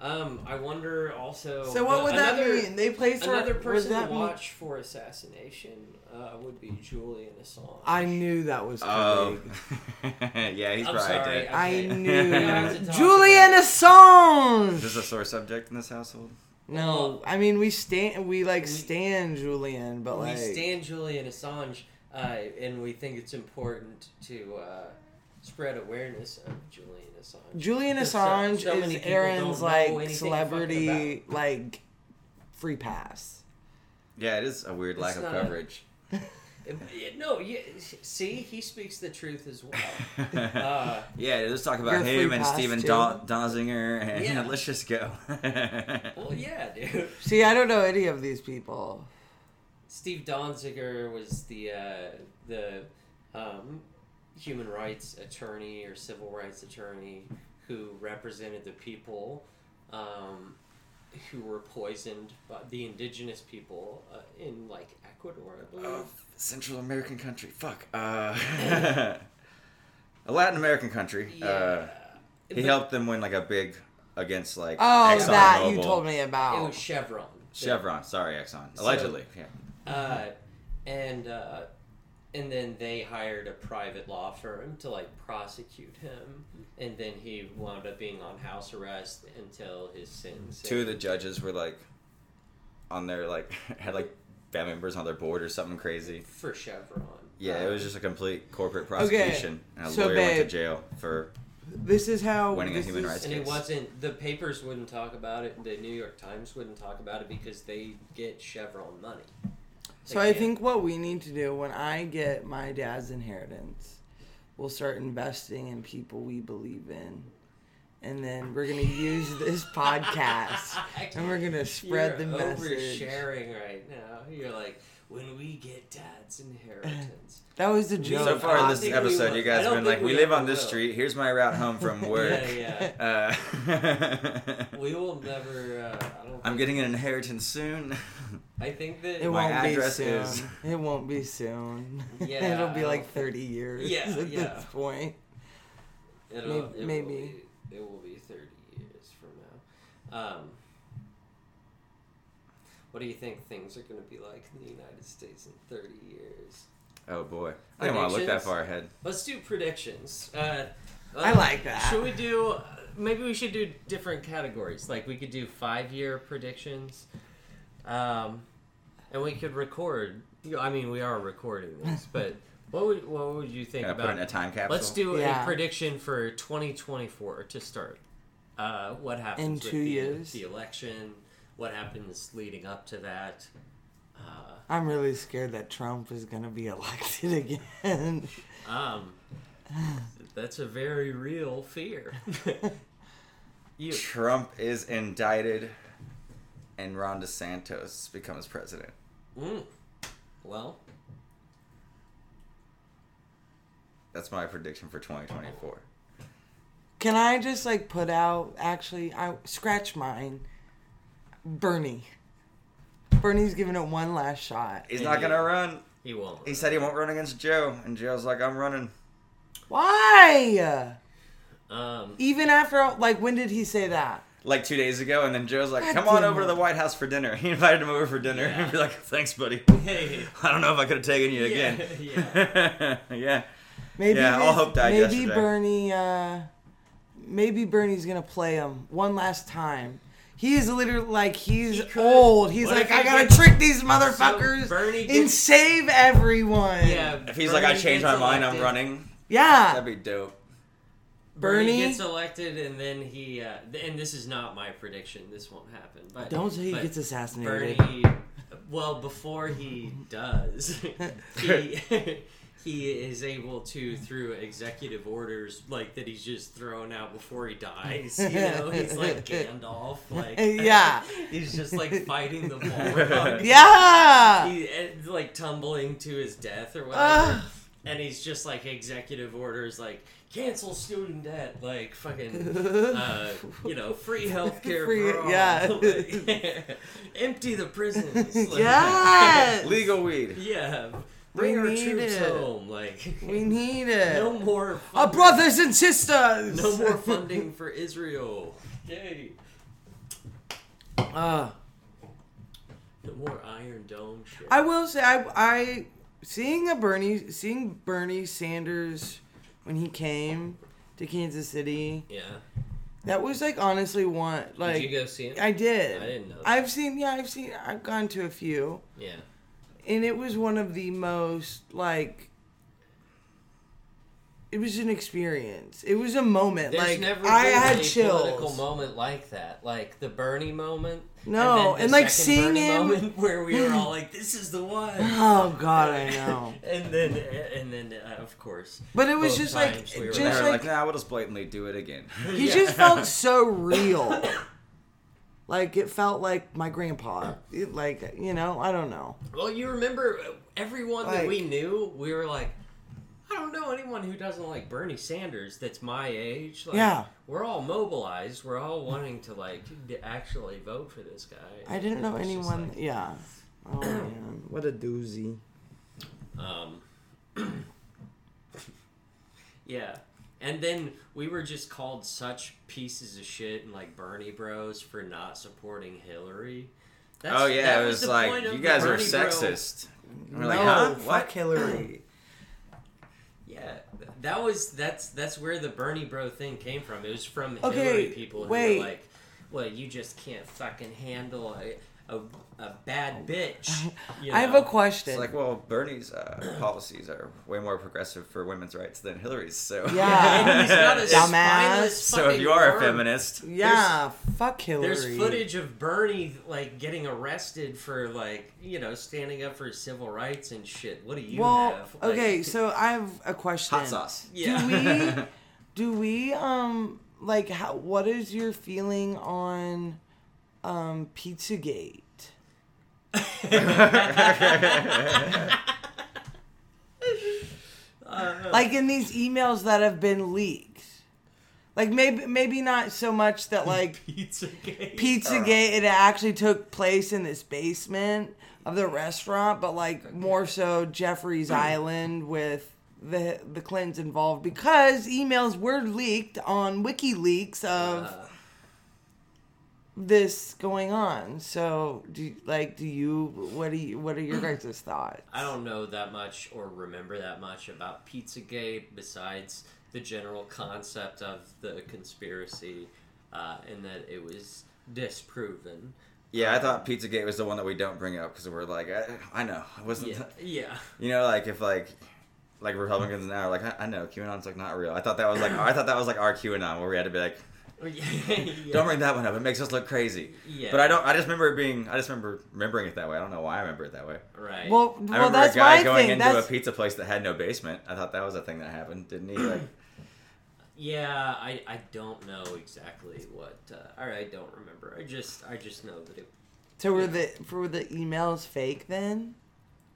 Speaker 1: Um, I wonder also.
Speaker 2: So what would that
Speaker 1: another-
Speaker 2: mean? They placed her.
Speaker 1: Another
Speaker 2: would
Speaker 1: person
Speaker 2: that
Speaker 1: to
Speaker 2: mean-
Speaker 1: watch for assassination uh, would be Julian Assange.
Speaker 2: I knew that was
Speaker 3: Oh.
Speaker 2: coming.
Speaker 3: Um, yeah, he's
Speaker 1: I'm
Speaker 3: probably
Speaker 1: sorry,
Speaker 3: dead.
Speaker 2: I
Speaker 1: Okay.
Speaker 2: knew.
Speaker 3: We have
Speaker 1: to talk
Speaker 2: Julian
Speaker 1: about-
Speaker 3: Is this
Speaker 2: Assange.
Speaker 3: a sore subject in this household?
Speaker 2: No, I mean we stand. We like
Speaker 1: We-
Speaker 2: stand Julian, but like
Speaker 1: we stand Julian Assange, uh, and we think it's important to uh, spread awareness of Julian Assange.
Speaker 2: Julian
Speaker 1: Because so-
Speaker 2: Assange
Speaker 1: so many
Speaker 2: is
Speaker 1: people don't
Speaker 2: Aaron's
Speaker 1: know
Speaker 2: like
Speaker 1: anything
Speaker 2: celebrity
Speaker 1: fucking
Speaker 2: like free pass.
Speaker 3: Yeah, it is a weird lack
Speaker 1: It's
Speaker 3: of
Speaker 1: not a-
Speaker 3: coverage.
Speaker 1: Uh, No, you, see, he speaks the truth as well. Uh,
Speaker 3: yeah, let's talk
Speaker 2: You're
Speaker 3: about
Speaker 2: free
Speaker 3: him and
Speaker 2: pass,
Speaker 3: Steven
Speaker 2: too.
Speaker 3: da- Donziger, and
Speaker 1: Yeah.
Speaker 3: let's just go.
Speaker 1: well, yeah, dude.
Speaker 2: See, I don't know any of these people.
Speaker 1: Steve Donziger was the uh, the um, human rights attorney or civil rights attorney who represented the people um, who were poisoned by the indigenous people uh, in like Ecuador, I believe.
Speaker 3: of Central American country. Fuck. Uh, a Latin American country. Uh, he
Speaker 1: But
Speaker 3: helped them win like a big against like
Speaker 2: Oh,
Speaker 3: Exxon
Speaker 2: that you
Speaker 3: Mobil.
Speaker 2: told me about.
Speaker 1: It was Chevron.
Speaker 3: Chevron. Sorry, Exxon. Allegedly. yeah.
Speaker 2: Mm-hmm.
Speaker 1: Uh, and uh, and then they hired a private law firm to like prosecute him,
Speaker 2: Mm-hmm.
Speaker 1: and then he wound up being on house arrest until his sentence.
Speaker 3: Two of the judges were like on their like had like family members on their board or something crazy.
Speaker 1: for Chevron.
Speaker 3: Yeah, it was just a complete corporate
Speaker 2: Okay,
Speaker 3: prosecution, and a
Speaker 2: so
Speaker 3: lawyer went to
Speaker 2: babe-
Speaker 3: jail for
Speaker 2: This is how
Speaker 3: Winning a
Speaker 2: this
Speaker 3: human
Speaker 2: is-
Speaker 3: rights
Speaker 1: And it
Speaker 3: Yes.
Speaker 1: wasn't the papers wouldn't talk about it. The New York Times wouldn't talk about it because they get Chevron money.
Speaker 2: So I think what we need to do when I get my dad's inheritance, we'll start investing in people we believe in. And then we're gonna use this podcast and we're gonna spread
Speaker 1: You're
Speaker 2: the message.
Speaker 1: oversharing right now. You're like when we get dad's inheritance.
Speaker 2: That was the joke.
Speaker 3: So far in
Speaker 1: I
Speaker 3: this
Speaker 1: think we
Speaker 3: episode,
Speaker 1: will.
Speaker 3: you
Speaker 1: I
Speaker 3: guys
Speaker 1: don't
Speaker 3: have been
Speaker 1: think
Speaker 3: like, "We
Speaker 1: we
Speaker 3: live
Speaker 1: ever
Speaker 3: on this
Speaker 1: will."
Speaker 3: street. Here's my route home from work."
Speaker 1: Yeah, yeah.
Speaker 3: Uh,
Speaker 1: We will never. Uh, I don't.
Speaker 3: I'm
Speaker 1: think-
Speaker 3: getting an inheritance soon.
Speaker 1: I think that.
Speaker 2: it
Speaker 3: My
Speaker 2: won't be
Speaker 3: address
Speaker 2: soon.
Speaker 3: is-
Speaker 2: It won't be soon.
Speaker 1: Yeah,
Speaker 2: It'll be
Speaker 1: I
Speaker 2: like
Speaker 1: don't-
Speaker 2: thirty years
Speaker 1: Yeah,
Speaker 2: at
Speaker 1: yeah.
Speaker 2: this point.
Speaker 1: it'll,
Speaker 2: may-
Speaker 1: it
Speaker 2: maybe.
Speaker 1: Will be, it will be thirty years from now. Um, what do you think things are going to be like in the United States in thirty years?
Speaker 3: oh boy, I didn't want to look
Speaker 1: Predictions?
Speaker 3: that far ahead.
Speaker 1: Let's do predictions. Uh,
Speaker 2: I
Speaker 1: uh,
Speaker 2: like that.
Speaker 1: Should we do? Maybe we should do different categories. Like we could do five-year predictions, um, and we could record. you know, I mean, we are recording this, but what would what would you think
Speaker 3: Gonna put
Speaker 1: about?
Speaker 3: in a time capsule.
Speaker 1: Let's do
Speaker 2: Yeah.
Speaker 1: a prediction for 2024 to start. Uh, what happens
Speaker 2: In
Speaker 1: with
Speaker 2: two
Speaker 1: the,
Speaker 2: years?
Speaker 1: the election? What happens leading up to that? Uh,
Speaker 2: I'm really scared that Trump is going to be elected again.
Speaker 1: Um, that's a very real fear. you
Speaker 3: Trump is indicted, and Ron DeSantis becomes president.
Speaker 1: mm, well,
Speaker 3: That's my prediction for 2024.
Speaker 2: Can I just like put out actually I scratch mine. Bernie. Bernie's giving it one last shot.
Speaker 3: He's not gonna run.
Speaker 1: he won't.
Speaker 3: He said he won't run against Joe, and Joe's like, "I'm running."
Speaker 2: Why?
Speaker 1: Um,
Speaker 2: Even after like when did he say that?
Speaker 3: Like two days ago, and then Joe's like,
Speaker 2: God
Speaker 3: "Come on
Speaker 2: damn
Speaker 3: over to
Speaker 2: it.
Speaker 3: the White House for dinner." He invited him over for dinner,
Speaker 1: Yeah.
Speaker 3: and be like, "Thanks, buddy.
Speaker 1: hey,
Speaker 3: I don't know if I could have taken you again." Yeah.
Speaker 2: Maybe
Speaker 3: Yeah, all
Speaker 2: this-
Speaker 3: hope died
Speaker 2: maybe
Speaker 3: yesterday.
Speaker 2: Bernie uh maybe Bernie's gonna play him one last time. He is literally like he's
Speaker 1: He could.
Speaker 2: old. He's
Speaker 1: What
Speaker 2: like,
Speaker 1: if he
Speaker 2: I gotta
Speaker 1: gets-
Speaker 2: trick these motherfuckers
Speaker 1: Bernie
Speaker 2: and
Speaker 1: gets-
Speaker 2: save everyone.
Speaker 1: yeah.
Speaker 3: If he's like, "I
Speaker 1: Bernie
Speaker 3: changed my
Speaker 1: gets
Speaker 3: mind. I'm
Speaker 1: elected-
Speaker 3: running,"
Speaker 2: Yeah.
Speaker 3: that'd be dope.
Speaker 1: Bernie,
Speaker 2: Bernie-
Speaker 1: gets elected, and then he. Uh, th- and this is not my prediction. This won't happen. But
Speaker 2: Don't say he
Speaker 1: but
Speaker 2: gets assassinated.
Speaker 1: Bernie. Well, before he does, he he is able to through executive orders like that he's just thrown out before he dies. You know, he's like Gandalf. Like
Speaker 2: Yeah.
Speaker 1: he's just like fighting the Balrog.
Speaker 2: Yeah.
Speaker 1: He, and, like tumbling to his death or whatever.
Speaker 2: Ugh.
Speaker 1: and he's just like executive orders like cancel student debt like fucking uh, you know free healthcare
Speaker 2: Free-
Speaker 1: for all.
Speaker 2: yeah.
Speaker 1: Like, empty the prisons like-
Speaker 2: Yes!
Speaker 3: Legal weed.
Speaker 1: yeah bring our
Speaker 2: need
Speaker 1: troops
Speaker 2: it.
Speaker 1: home like
Speaker 2: We need it.
Speaker 1: no more
Speaker 2: Our
Speaker 1: funding,
Speaker 2: brothers and sisters.
Speaker 1: no more funding for Israel yay
Speaker 2: Uh,
Speaker 1: no more Iron Dome shit
Speaker 2: I will say, I, I seeing a Bernie, seeing Bernie Sanders when he came to Kansas City,
Speaker 1: yeah
Speaker 2: that was like honestly one like
Speaker 1: did you go see it
Speaker 2: I did.
Speaker 1: I didn't know that.
Speaker 2: I've seen. Yeah, I've seen. I've gone to a few,
Speaker 1: yeah
Speaker 2: and it was one of the most like. It was an experience. It was a moment.
Speaker 1: There's
Speaker 2: like
Speaker 1: never
Speaker 2: I
Speaker 1: been
Speaker 2: had
Speaker 1: a Political
Speaker 2: chills.
Speaker 1: moment like that, like the Bernie moment. then
Speaker 2: No,
Speaker 1: the
Speaker 2: and, like,
Speaker 1: second
Speaker 2: seeing
Speaker 1: Bernie
Speaker 2: him-
Speaker 1: moment where we were all like, "This is the one."
Speaker 2: Oh God, I know.
Speaker 1: and then, and then, uh, of course,
Speaker 2: But it was
Speaker 1: Both
Speaker 2: just like,
Speaker 1: times we were
Speaker 2: just
Speaker 3: And
Speaker 1: there.
Speaker 2: like,
Speaker 3: they're like, "Nah, we'll just blatantly do it again."
Speaker 2: he
Speaker 1: Yeah.
Speaker 2: just felt so real. like it felt like my grandpa. It, like you know, I don't know.
Speaker 1: Well, you remember uh, everyone that
Speaker 2: Like-
Speaker 1: we knew. We were like, I don't know anyone who doesn't like Bernie Sanders. That's my age. Like,
Speaker 2: Yeah.
Speaker 1: we're all mobilized. We're all wanting to like d- actually vote for this guy.
Speaker 2: I didn't know
Speaker 1: It's just
Speaker 2: anyone.
Speaker 1: like-
Speaker 2: yeah. Oh man, what a doozy.
Speaker 1: Um, yeah. And then we were just called such pieces of shit and like Bernie Bros for not supporting Hillary. That's,
Speaker 3: oh yeah,
Speaker 1: that
Speaker 3: it was
Speaker 1: the
Speaker 3: like
Speaker 1: point of
Speaker 3: you
Speaker 1: the
Speaker 3: guys are
Speaker 1: Bernie Bro-
Speaker 3: sexist. And we're
Speaker 2: no,
Speaker 3: like, huh?
Speaker 2: fuck
Speaker 3: What?
Speaker 2: Hillary.
Speaker 1: Yeah, th- that was that's that's where the Bernie Bro thing came from. It was from
Speaker 2: Okay,
Speaker 1: Hillary people who
Speaker 2: wait.
Speaker 1: were like, "Well, you just can't fucking handle a a, a bad bitch." you
Speaker 2: I have
Speaker 1: know?
Speaker 2: a question.
Speaker 3: It's like, well, Bernie's uh, policies are way more progressive for women's rights than Hillary's. So
Speaker 2: Yeah.
Speaker 1: And he's not a
Speaker 2: Dumbass.
Speaker 1: spineless
Speaker 3: so if
Speaker 1: fucking
Speaker 3: you are a
Speaker 1: worm.
Speaker 3: feminist,
Speaker 2: yeah, fuck Hillary.
Speaker 1: There's footage of Bernie like getting arrested for like you know standing up for civil rights and shit. What do you
Speaker 2: Well,
Speaker 1: have? Like,
Speaker 2: okay, so I have a question.
Speaker 3: hot sauce.
Speaker 1: yeah.
Speaker 2: Do we do we um like how what is your feeling on um Pizzagate? like in these emails that have been leaked. Like maybe maybe not so much that like
Speaker 1: pizza cake.
Speaker 2: Pizzagate it actually took place in this basement of the restaurant, but like more so
Speaker 3: Hmm.
Speaker 2: Jeffrey's Island with the the Clintons involved because emails were leaked on WikiLeaks of
Speaker 1: Uh,
Speaker 2: this going on. So do you- like do you what do you what are your guys' thoughts?
Speaker 1: I don't know that much or remember that much about Pizzagate besides the general concept of the conspiracy uh, and that it was disproven.
Speaker 3: Yeah, I thought Pizzagate was the one that we don't bring up because we're like, I, I know, I wasn't.
Speaker 1: Yeah, yeah.
Speaker 3: You know, like if like. Like Republicans now are like, I, I know QAnon's like not real. I thought that was like I thought that was like our QAnon where we had to be like,
Speaker 1: yeah.
Speaker 3: Don't bring that one up. It makes us look crazy.
Speaker 1: Yeah.
Speaker 3: But I don't. I just remember it being. I just remember remembering it that way. I don't know why I remember it that way.
Speaker 1: Right.
Speaker 2: Well,
Speaker 3: I
Speaker 2: well,
Speaker 3: remember
Speaker 2: that's
Speaker 3: a guy
Speaker 2: my
Speaker 3: going
Speaker 2: thing.
Speaker 3: into
Speaker 2: That's
Speaker 3: a pizza place that had no basement. I thought that was a thing that happened, didn't he? Like,
Speaker 1: yeah, I, I don't know exactly what. Uh, or I don't remember. I just I just know that it.
Speaker 2: so. Were the for the emails fake then?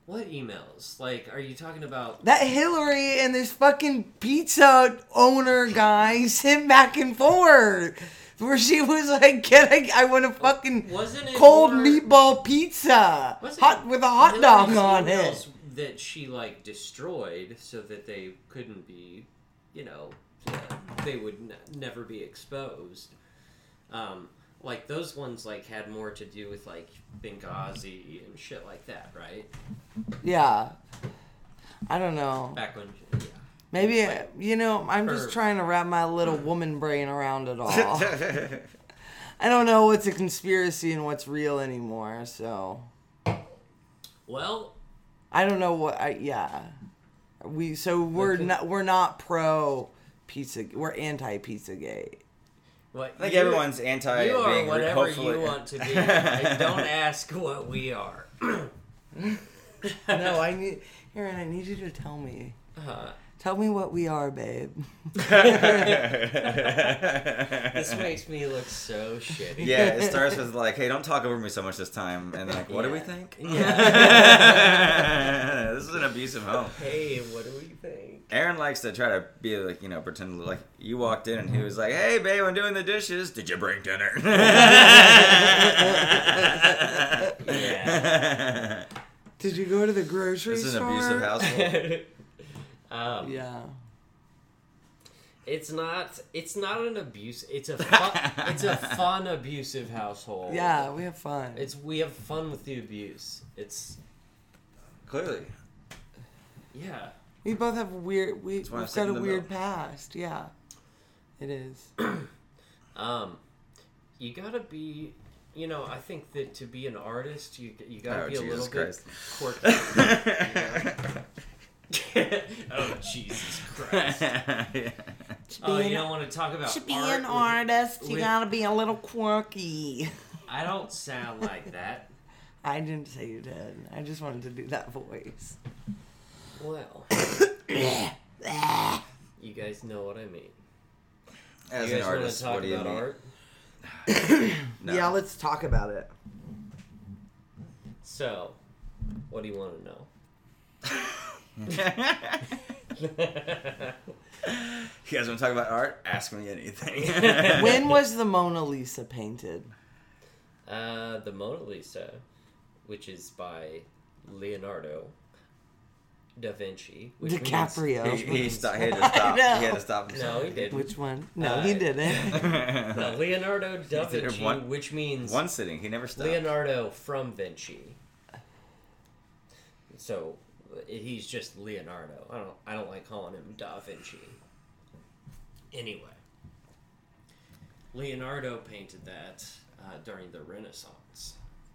Speaker 1: What emails? Like, are you talking about?
Speaker 2: That Hillary and this fucking pizza owner guy sent back and forth, where she was like, "Can I? I want a fucking
Speaker 1: Wasn't it
Speaker 2: cold
Speaker 1: more-
Speaker 2: meatball pizza,
Speaker 1: wasn't
Speaker 2: hot
Speaker 1: it
Speaker 2: with a hot dog
Speaker 1: Hillary's
Speaker 2: on
Speaker 1: emails
Speaker 2: it."
Speaker 1: That she like destroyed so that they couldn't be, you know, uh, they would n- never be exposed. Um, like those ones like had more to do with like Benghazi and shit like that, right?
Speaker 2: Yeah, I don't know.
Speaker 1: Back when, yeah.
Speaker 2: Maybe
Speaker 1: Like,
Speaker 2: you know. I'm
Speaker 1: her-
Speaker 2: just trying to wrap my little woman brain around it all. I don't know what's a conspiracy and what's real anymore. So
Speaker 1: well,
Speaker 2: I don't know what. I, yeah, we so we're
Speaker 1: Okay.
Speaker 2: not we're not pro pizza. We're anti pizza gate.
Speaker 1: what
Speaker 3: I think
Speaker 1: you-
Speaker 3: everyone's anti.
Speaker 1: You are
Speaker 3: being
Speaker 1: whatever
Speaker 3: hopefully-
Speaker 1: you want to be. Like, don't ask what we are.
Speaker 2: No, I need Aaron. I need you to tell me.
Speaker 1: Uh,
Speaker 2: Tell me what we are, babe.
Speaker 1: this makes me look so shitty.
Speaker 3: Yeah, it starts with like, "Hey, don't talk over me so much this time," and like, "What do we
Speaker 1: Yeah.
Speaker 3: think?"
Speaker 1: Yeah.
Speaker 3: this is an abusive home.
Speaker 1: Hey, what do we think?
Speaker 3: Aaron likes to try to be like, you know, pretend like you walked in and he was like, "Hey, babe, I'm doing the dishes. Did you bring dinner?"
Speaker 1: Yeah.
Speaker 2: Did you go to the grocery
Speaker 3: This is an
Speaker 2: store?
Speaker 3: abusive household.
Speaker 1: um,
Speaker 2: Yeah.
Speaker 1: It's not. It's not an abuse. It's a. Fun, it's a fun abusive household.
Speaker 2: Yeah, we have fun.
Speaker 1: It's we have fun with the abuse. It's
Speaker 3: Clearly,
Speaker 1: yeah.
Speaker 2: we both have weird. We,
Speaker 3: That's why I
Speaker 2: we've
Speaker 3: sit
Speaker 2: got a
Speaker 3: in the
Speaker 2: weird
Speaker 3: middle.
Speaker 2: past. Yeah, it is.
Speaker 1: Um, you gotta be. You know, I think that to be an artist, you you gotta
Speaker 3: Oh,
Speaker 1: be a
Speaker 3: Jesus
Speaker 1: little
Speaker 3: Christ.
Speaker 1: bit quirky. you know? oh Jesus Christ!
Speaker 3: Uh,
Speaker 1: Oh, you don't want to talk about
Speaker 2: To be
Speaker 1: art
Speaker 2: an
Speaker 1: with-
Speaker 2: artist, you
Speaker 1: with-
Speaker 2: gotta be a little quirky.
Speaker 1: I don't sound like that.
Speaker 2: I didn't say you did. I just wanted to do that voice.
Speaker 1: Well, you guys know what I mean.
Speaker 3: As
Speaker 1: you guys
Speaker 3: an
Speaker 1: wanna
Speaker 3: artist,
Speaker 1: talk
Speaker 3: what do you
Speaker 1: about
Speaker 3: mean?
Speaker 1: art?
Speaker 3: No.
Speaker 2: Yeah, let's talk about it.
Speaker 1: So, what do you want to know?
Speaker 3: You guys want to talk about art? Ask me anything.
Speaker 2: When was the Mona Lisa painted?
Speaker 1: uh, the Mona Lisa, which is by Leonardo da Vinci. Which means-
Speaker 2: DiCaprio.
Speaker 3: he, he, sto- he had to stop. He
Speaker 2: know.
Speaker 3: had to stop. himself.
Speaker 1: no, he didn't.
Speaker 2: Which one? No,
Speaker 1: Uh,
Speaker 2: he didn't.
Speaker 1: No, Leonardo da
Speaker 3: He did it
Speaker 1: Vinci,
Speaker 3: one-
Speaker 1: which means
Speaker 3: One sitting. He never stopped.
Speaker 1: Leonardo from Vinci. So uh, he's just Leonardo. I don't I don't like calling him Da Vinci. Anyway, Leonardo painted that uh, during the Renaissance.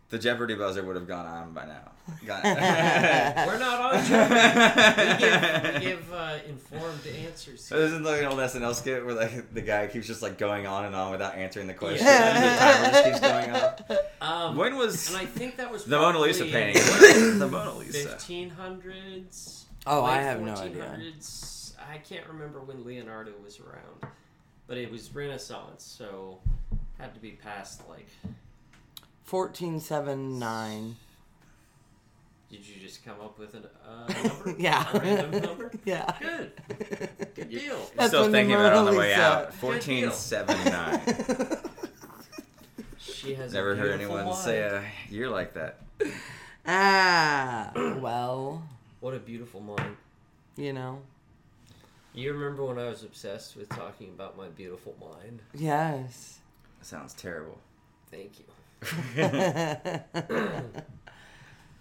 Speaker 3: The Jeopardy buzzer would have gone on by now. Gone
Speaker 1: We're not on Jeopardy. We give, we
Speaker 3: this
Speaker 1: give uh, informed answers. here.
Speaker 3: isn't like an old SNL skit where like the guy keeps just like going on and on without answering the question.
Speaker 1: Yeah.
Speaker 3: And the timer just keeps going off.
Speaker 1: Um,
Speaker 3: When was
Speaker 1: and I think that was
Speaker 3: the Mona Lisa
Speaker 1: probably
Speaker 3: painting? the Mona Lisa.
Speaker 1: Fifteen hundreds.
Speaker 2: Oh,
Speaker 1: late
Speaker 2: I have no idea.
Speaker 1: 1400s. I can't remember when Leonardo was around, but it was Renaissance, so had to be past like.
Speaker 2: 1479.
Speaker 1: Did you just come up with an, uh, a number?
Speaker 2: Yeah.
Speaker 1: A random number?
Speaker 2: Yeah.
Speaker 1: Good. Good deal.
Speaker 2: That's
Speaker 3: Still
Speaker 2: when the
Speaker 3: thinking about it on
Speaker 2: Mona
Speaker 3: the way
Speaker 2: Lisa-
Speaker 3: out. 1479.
Speaker 1: She has
Speaker 3: Never
Speaker 1: a
Speaker 3: heard
Speaker 1: beautiful
Speaker 3: anyone
Speaker 1: mind.
Speaker 3: say a year like that.
Speaker 2: ah, well,
Speaker 1: What a beautiful mind.
Speaker 2: you know.
Speaker 1: You remember when I was obsessed with talking about my beautiful mind?
Speaker 2: Yes.
Speaker 3: Sounds terrible.
Speaker 1: Thank you.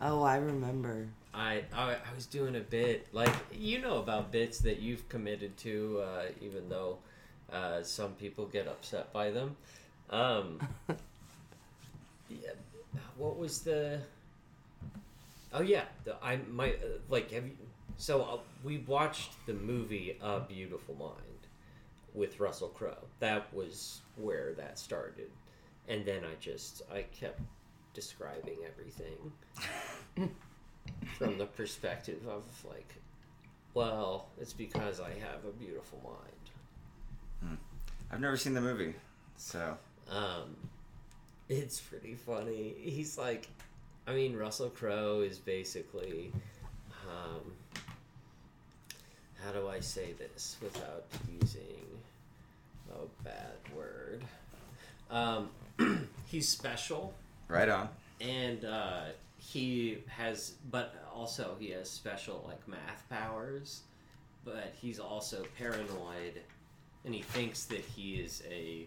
Speaker 2: oh, I remember.
Speaker 1: I, I I was doing a bit like you know about bits that you've committed to, uh, even though uh, some people get upset by them. Um, yeah, what was the? Oh yeah, the, I my uh, like have you? So uh, we watched the movie A Beautiful Mind with Russell Crowe. That was where that started, and then I just I kept describing everything from the perspective of like, well, it's because I have a beautiful mind.
Speaker 3: I've never seen the movie, so
Speaker 1: Um, it's pretty funny. He's like, I mean, Russell Crowe is basically, um, how do I say this without using a bad word? Um, he's special
Speaker 3: right on.
Speaker 1: and uh, he has, but also he has special like math powers. But he's also paranoid, and he thinks that he is a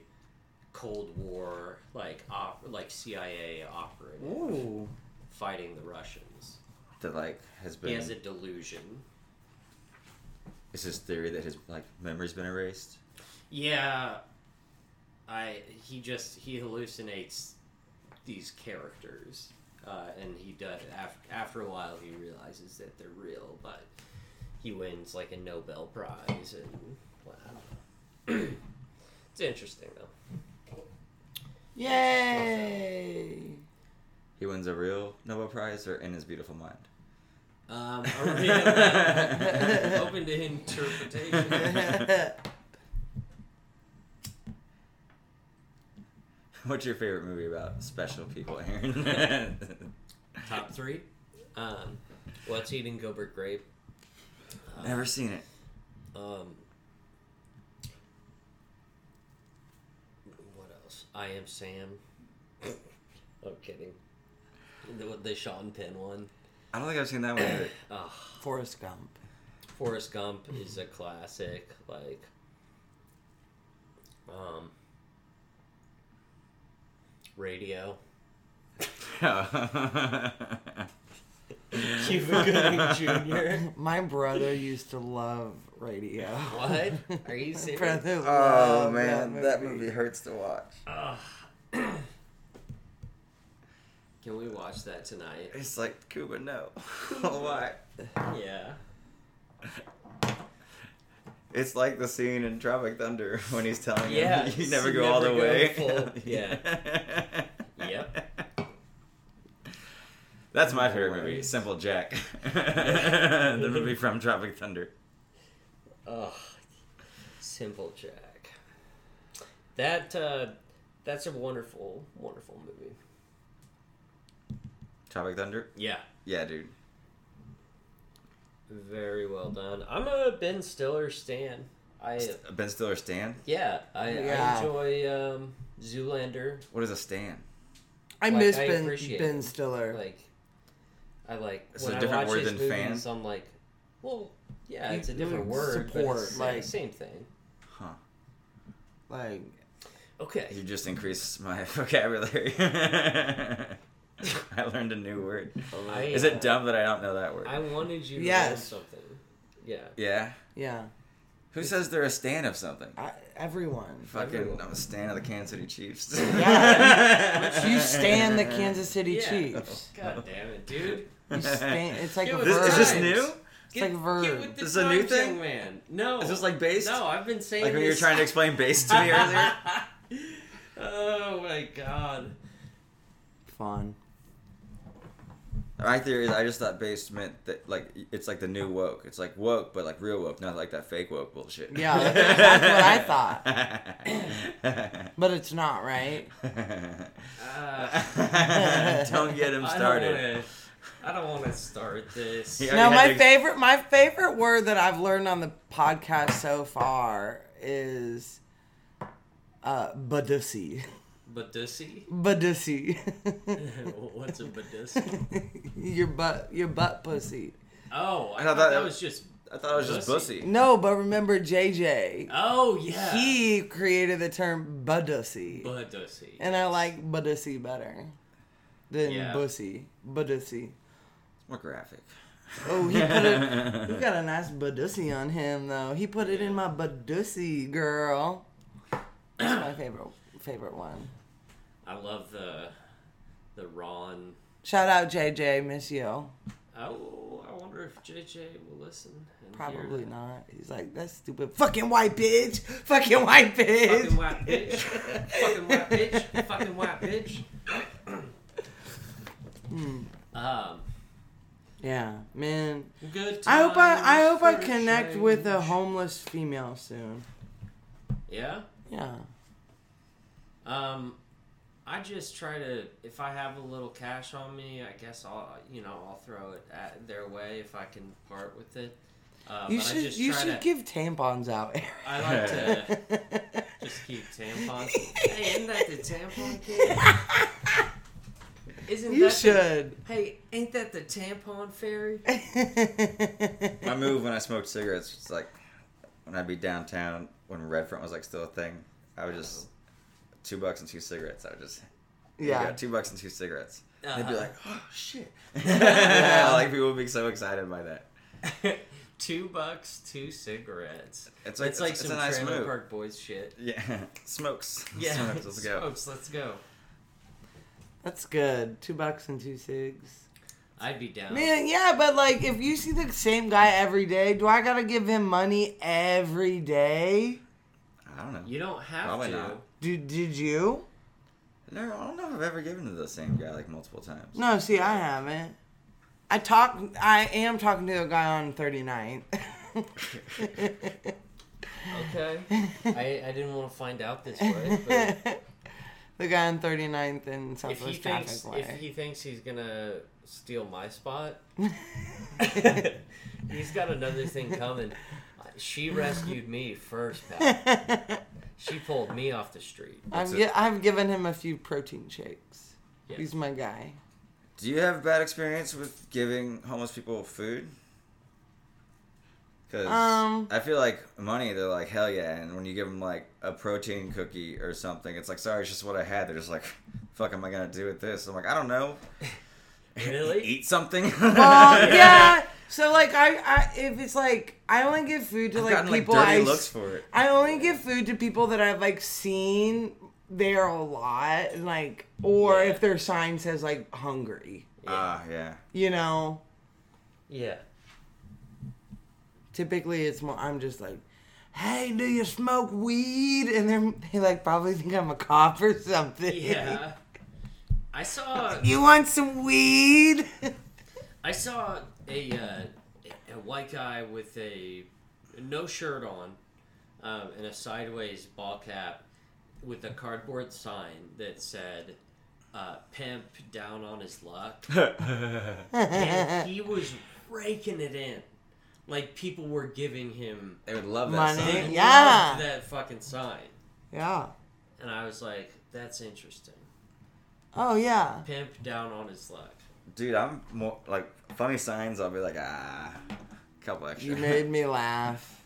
Speaker 1: Cold War like op- like CIA operative
Speaker 2: Ooh.
Speaker 1: fighting the Russians.
Speaker 3: That like has
Speaker 1: He
Speaker 3: been.
Speaker 1: has a delusion.
Speaker 3: It's his theory that his like memory's been erased.
Speaker 1: Yeah, I he just he hallucinates these characters, uh, and he does after after a while he realizes that they're real, but he wins like a Nobel Prize and wow, it's interesting though.
Speaker 2: Yay!
Speaker 3: He wins a real Nobel Prize or in his beautiful mind.
Speaker 1: Um, I really am open to interpretation.
Speaker 3: What's your favorite movie about special people, Aaron?
Speaker 1: Top three. Um, what's eating Gilbert Grape?
Speaker 3: Never seen it.
Speaker 1: Um, what else? I am Sam. I'm kidding. The, the Sean Penn one.
Speaker 3: I don't think I've seen that one. Either.
Speaker 1: Ugh.
Speaker 2: Forrest Gump.
Speaker 1: Forrest Gump is a classic. Like, um, radio. Cuba Gooding Jr.
Speaker 2: My brother used to love radio.
Speaker 1: What? Are you
Speaker 2: My
Speaker 1: serious?
Speaker 2: brother
Speaker 3: Oh,
Speaker 2: loved that movie.
Speaker 3: hurts to watch.
Speaker 1: Ugh. Can we watch that tonight?
Speaker 3: It's like Cuba, no. Why?
Speaker 1: Yeah.
Speaker 3: It's like the scene in Tropic Thunder when he's telling
Speaker 1: Yeah,
Speaker 3: him you never go
Speaker 1: you
Speaker 3: all the
Speaker 1: never go
Speaker 3: way.
Speaker 1: full- yeah.
Speaker 3: Yep. That's my favorite movie,
Speaker 1: Hilarious.
Speaker 3: Simple Jack. the movie from Tropic Thunder.
Speaker 1: Ugh, Simple Jack. That uh, that's a wonderful, wonderful movie.
Speaker 3: Tropic Thunder?
Speaker 1: Yeah,
Speaker 3: Yeah, dude.
Speaker 1: very well done. I'm a Ben Stiller stan. I
Speaker 3: Ben Stiller Stan?
Speaker 1: yeah, I, I
Speaker 2: Yeah.
Speaker 1: enjoy um, Zoolander.
Speaker 3: What is a Stan?
Speaker 2: I
Speaker 1: Like,
Speaker 2: miss
Speaker 1: I
Speaker 2: Ben,
Speaker 1: appreciate
Speaker 2: ben
Speaker 1: it.
Speaker 2: Stiller.
Speaker 1: Like, I like
Speaker 3: It's
Speaker 1: when
Speaker 3: a
Speaker 1: I
Speaker 3: different
Speaker 1: watch
Speaker 3: word
Speaker 1: his
Speaker 3: than fan?
Speaker 1: movies, I'm like, well, yeah,
Speaker 2: You-
Speaker 1: it's a different
Speaker 2: like,
Speaker 1: word, but
Speaker 2: support,
Speaker 1: it's the
Speaker 2: like-
Speaker 1: same thing.
Speaker 3: Huh.
Speaker 2: like
Speaker 1: Okay,
Speaker 3: You just increased my vocabulary. I learned a new word.
Speaker 1: I,
Speaker 3: Is
Speaker 1: uh,
Speaker 3: it dumb that I don't know that word?
Speaker 1: I wanted you to learn
Speaker 2: Yes.
Speaker 1: something. Yeah.
Speaker 3: Yeah.
Speaker 2: yeah,
Speaker 3: Who says they're a stan of something?
Speaker 2: I, everyone.
Speaker 3: Fucking,
Speaker 1: Everyone.
Speaker 3: I'm a stan of the Kansas City Chiefs.
Speaker 2: Yeah. You stand the Kansas City
Speaker 1: Yeah.
Speaker 2: Chiefs.
Speaker 1: God damn it, dude.
Speaker 2: You stand. It's like
Speaker 1: It
Speaker 2: a
Speaker 1: was
Speaker 2: verb.
Speaker 3: This, is this
Speaker 1: Times.
Speaker 3: new?
Speaker 2: It's like verb.
Speaker 1: with the
Speaker 3: This is a new
Speaker 1: times,
Speaker 3: thing?
Speaker 1: young man. No.
Speaker 3: Is this like based?
Speaker 1: No, I've been saying
Speaker 3: Like when you were
Speaker 1: this-
Speaker 3: trying to explain base to me earlier?
Speaker 1: oh my god.
Speaker 2: Fun.
Speaker 3: My theory is I just thought base meant that like it's like the new woke. It's like woke, but like real woke, not like that fake woke bullshit.
Speaker 2: Yeah, that's what But it's not right.
Speaker 1: Uh,
Speaker 3: don't get him
Speaker 1: I
Speaker 3: started.
Speaker 1: don't wanna- I don't want to start this.
Speaker 3: Yeah.
Speaker 2: No,
Speaker 3: already had
Speaker 2: my
Speaker 3: to-
Speaker 2: favorite my favorite word that I've learned on the podcast so far is uh badussy.
Speaker 1: Badussy?
Speaker 2: Badussy.
Speaker 1: What's a badussy?
Speaker 2: your butt your butt pussy.
Speaker 1: Oh, I
Speaker 3: I
Speaker 1: thought
Speaker 3: thought
Speaker 1: that,
Speaker 3: that-
Speaker 1: was just.
Speaker 3: I thought it was just
Speaker 1: Pussy.
Speaker 3: pussy.
Speaker 2: No, but remember JJ.
Speaker 1: Oh, yeah.
Speaker 2: He created the term badussy.
Speaker 1: Badussy.
Speaker 2: and I like badussy better than
Speaker 1: Yeah.
Speaker 2: bussy. Badussy.
Speaker 3: More graphic.
Speaker 2: Oh, he put a he got a nice badussy on him though. He put it in my badussy, girl. That's my favorite favorite one.
Speaker 1: I love the. The Ron.
Speaker 2: Shout out JJ, miss you.
Speaker 1: Oh, I wonder wonder if JJ will listen. And
Speaker 2: Probably
Speaker 1: hear
Speaker 2: not. He's like, that stupid fucking white bitch. Fucking white bitch.
Speaker 1: Fucking white bitch. fucking white bitch. Fucking white bitch. um,
Speaker 2: Hmm. Yeah, man.
Speaker 1: good.
Speaker 2: I hope I, I
Speaker 1: times
Speaker 2: hope I
Speaker 1: for
Speaker 2: connect with a
Speaker 1: change.
Speaker 2: homeless female soon.
Speaker 1: Yeah.
Speaker 2: Yeah.
Speaker 1: Um, I just try to. If I have a little cash on me, I guess I'll you know I'll throw it at their way if I can part with it. Uh,
Speaker 2: you
Speaker 1: but I
Speaker 2: should
Speaker 1: just
Speaker 2: you
Speaker 1: try
Speaker 2: should
Speaker 1: to,
Speaker 2: give tampons out. Eric.
Speaker 1: I like to just keep tampons. hey, isn't that the tampon kid? Isn't
Speaker 2: you
Speaker 1: that the-
Speaker 2: should.
Speaker 1: hey, ain't that the tampon fairy?
Speaker 3: My move when I smoked cigarettes was like when I'd be downtown when Redfront was like still a thing. I would just two bucks and two cigarettes. I would just yeah,
Speaker 2: yeah.
Speaker 3: two bucks and two cigarettes.
Speaker 1: Uh,
Speaker 3: They'd be like, oh shit. yeah, like people would be so excited by that.
Speaker 1: Uh, two bucks, two cigarettes.
Speaker 3: It's
Speaker 1: It's like,
Speaker 3: like it's,
Speaker 1: some
Speaker 3: a nice
Speaker 1: trailer
Speaker 3: move.
Speaker 1: park boys shit.
Speaker 3: Yeah, smokes.
Speaker 1: Yeah,
Speaker 3: smokes. Let's go.
Speaker 1: Smokes, let's go.
Speaker 2: That's good. Two bucks and two cigs.
Speaker 1: I'd be down.
Speaker 2: Man, yeah, but like if you see the same guy every day, do I gotta give him money every day?
Speaker 3: I don't know.
Speaker 1: You don't have
Speaker 3: Probably
Speaker 1: to.
Speaker 3: not.
Speaker 2: Did did you?
Speaker 3: No, I don't know if I've ever given to the same guy like multiple times.
Speaker 2: No, see, I haven't. I talk. I am talking to a guy on 39th.
Speaker 1: Okay. I, I didn't want to find out this way, but
Speaker 2: the guy on
Speaker 1: if
Speaker 2: 39th and
Speaker 1: he thinks
Speaker 2: Southwest Traffic
Speaker 1: if
Speaker 2: Way.
Speaker 1: he thinks he's gonna steal my spot, he's got another thing coming. She rescued me first, pal. She pulled me off the street.
Speaker 2: I've,
Speaker 3: it?
Speaker 2: gi- I've given him a few protein shakes.
Speaker 1: Yeah.
Speaker 2: He's my guy.
Speaker 3: Do you have bad experience with giving homeless people food? Because
Speaker 2: Um.
Speaker 3: I feel like money, they're like hell yeah, and when you give them like a protein cookie or something, it's like sorry, it's just what I had. They're just like, fuck, am I gonna do with this? I'm like, I don't know.
Speaker 1: Really?
Speaker 3: Eat something.
Speaker 2: Well, Um, yeah. So like, I, I if it's like, I only give food to
Speaker 3: I've
Speaker 2: like
Speaker 3: gotten,
Speaker 2: people
Speaker 3: like,
Speaker 2: I
Speaker 3: dirty
Speaker 2: s-
Speaker 3: looks for it.
Speaker 2: I only give food to people that I've like seen there a lot, and like, or
Speaker 1: Yeah.
Speaker 2: if their sign says like hungry,
Speaker 3: Ah, yeah.
Speaker 2: you know.
Speaker 1: Yeah.
Speaker 2: Typically, it's more. I'm just like, hey, do you smoke weed? And they're they like probably think I'm a cop or something.
Speaker 1: Yeah. I saw
Speaker 2: you want some weed?
Speaker 1: I saw a uh, a white guy with a no shirt on um, and a sideways ball cap with a cardboard sign that said uh, "pimp down on his luck," and he was raking it in. Like people were giving him
Speaker 3: They would love that.
Speaker 2: Money.
Speaker 3: sign.
Speaker 1: I
Speaker 2: Yeah.
Speaker 1: loved that fucking sign,
Speaker 2: yeah.
Speaker 1: and I was like, "That's interesting."
Speaker 2: Oh yeah.
Speaker 1: Pimp down on his luck.
Speaker 3: Dude, I'm more like funny signs. I'll be like, ah, couple extra,
Speaker 2: You made me laugh.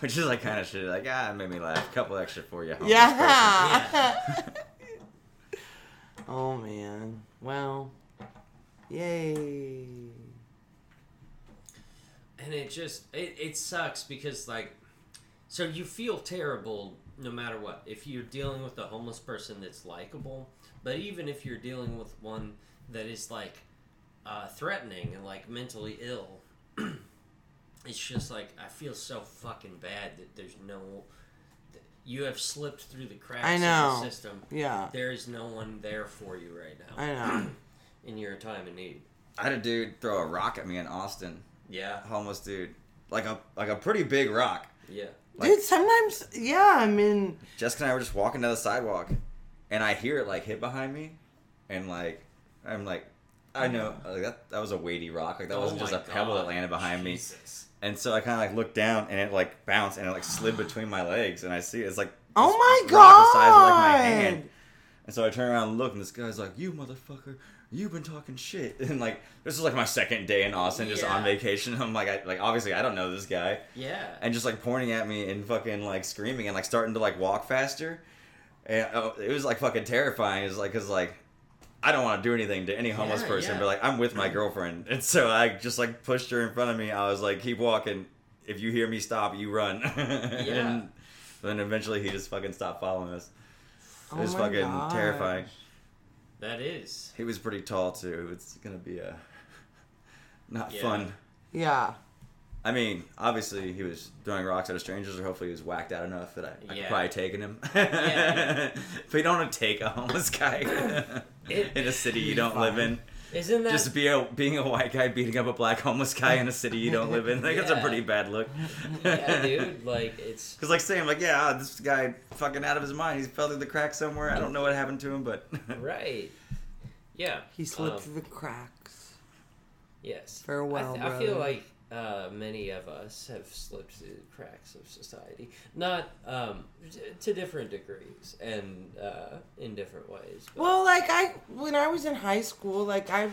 Speaker 3: which is like kind of shit. Like, ah, it made me laugh. Couple extra for you. homeless person.
Speaker 2: Yeah. oh man. Well. Yay.
Speaker 1: and it just it, it sucks because like so you feel terrible no matter what if you're dealing with a homeless person that's likable but even if you're dealing with one that is like uh, threatening and like mentally ill it's just like i feel so fucking bad that there's no that you have slipped through the cracks
Speaker 2: I
Speaker 1: of
Speaker 2: know.
Speaker 1: the system
Speaker 2: Yeah.
Speaker 1: there is no one there for you right now
Speaker 2: I know.
Speaker 1: in your time of need
Speaker 3: I had a dude throw a rock at me in Austin.
Speaker 1: yeah
Speaker 3: Homeless dude, like a like a pretty big rock.
Speaker 1: yeah
Speaker 3: Like-
Speaker 2: Dude, sometimes, yeah, I mean,
Speaker 3: Jessica and I were just walking down the sidewalk, and I hear it like hit behind me, and like I'm like, I know like that that was a weighty rock. Like that wasn't
Speaker 1: Oh
Speaker 3: just a
Speaker 1: my
Speaker 3: pebble that
Speaker 1: God.
Speaker 3: landed behind me.
Speaker 1: Jesus.
Speaker 3: And so I kind of like looked down, and it like bounced, and it like slid between my legs, and I see it's like
Speaker 2: Oh
Speaker 3: this
Speaker 2: my
Speaker 3: rock the size of like my
Speaker 2: God!
Speaker 3: hand. And so I turn around and look, and this guy's like, "You motherfucker, you've been talking shit." And like, this is like my second day in Austin, just on
Speaker 1: Yeah.
Speaker 3: vacation. I'm like, I, like obviously I don't know this guy,
Speaker 1: yeah
Speaker 3: and just like pointing at me and fucking like screaming and like starting to like walk faster. And oh, it was like fucking terrifying. It was like, cause like, I don't want to do anything to any homeless
Speaker 1: Yeah,
Speaker 3: person,
Speaker 1: yeah.
Speaker 3: but like I'm with my girlfriend, and so I just like pushed her in front of me. I was like, keep walking. If you hear me stop, you run.
Speaker 1: Yeah.
Speaker 3: and then eventually he just fucking stopped following us.
Speaker 2: oh
Speaker 3: It was
Speaker 2: my
Speaker 3: fucking
Speaker 2: gosh.
Speaker 3: terrifying.
Speaker 1: that is
Speaker 3: He was pretty tall too. It's gonna be a not
Speaker 1: Yeah.
Speaker 3: fun.
Speaker 2: Yeah.
Speaker 3: I mean, obviously he was throwing rocks at a strangers, or hopefully he was whacked out enough that I, I could
Speaker 1: Yeah.
Speaker 3: probably taken him.
Speaker 1: yeah.
Speaker 3: but you don't want to take a homeless guy
Speaker 1: It-
Speaker 3: in a city you don't live in.
Speaker 1: Isn't that
Speaker 3: Just be a, being a white guy beating up a black homeless guy in a city you don't live in. Like that's a
Speaker 1: Yeah.
Speaker 3: pretty bad look.
Speaker 1: yeah, dude? Like it's
Speaker 3: Cause like saying like yeah this guy fucking out of his mind he fell through the crack somewhere I don't know what happened to him but
Speaker 1: right. Yeah.
Speaker 2: He slipped
Speaker 1: um,
Speaker 2: through the cracks.
Speaker 1: Yes.
Speaker 2: Farewell,
Speaker 1: I, th- I feel
Speaker 2: brother.
Speaker 1: like uh, many of us have slipped through the cracks of society, not um, t- to different degrees and uh, in different ways. but-
Speaker 2: Well, like I when I was in high school, like I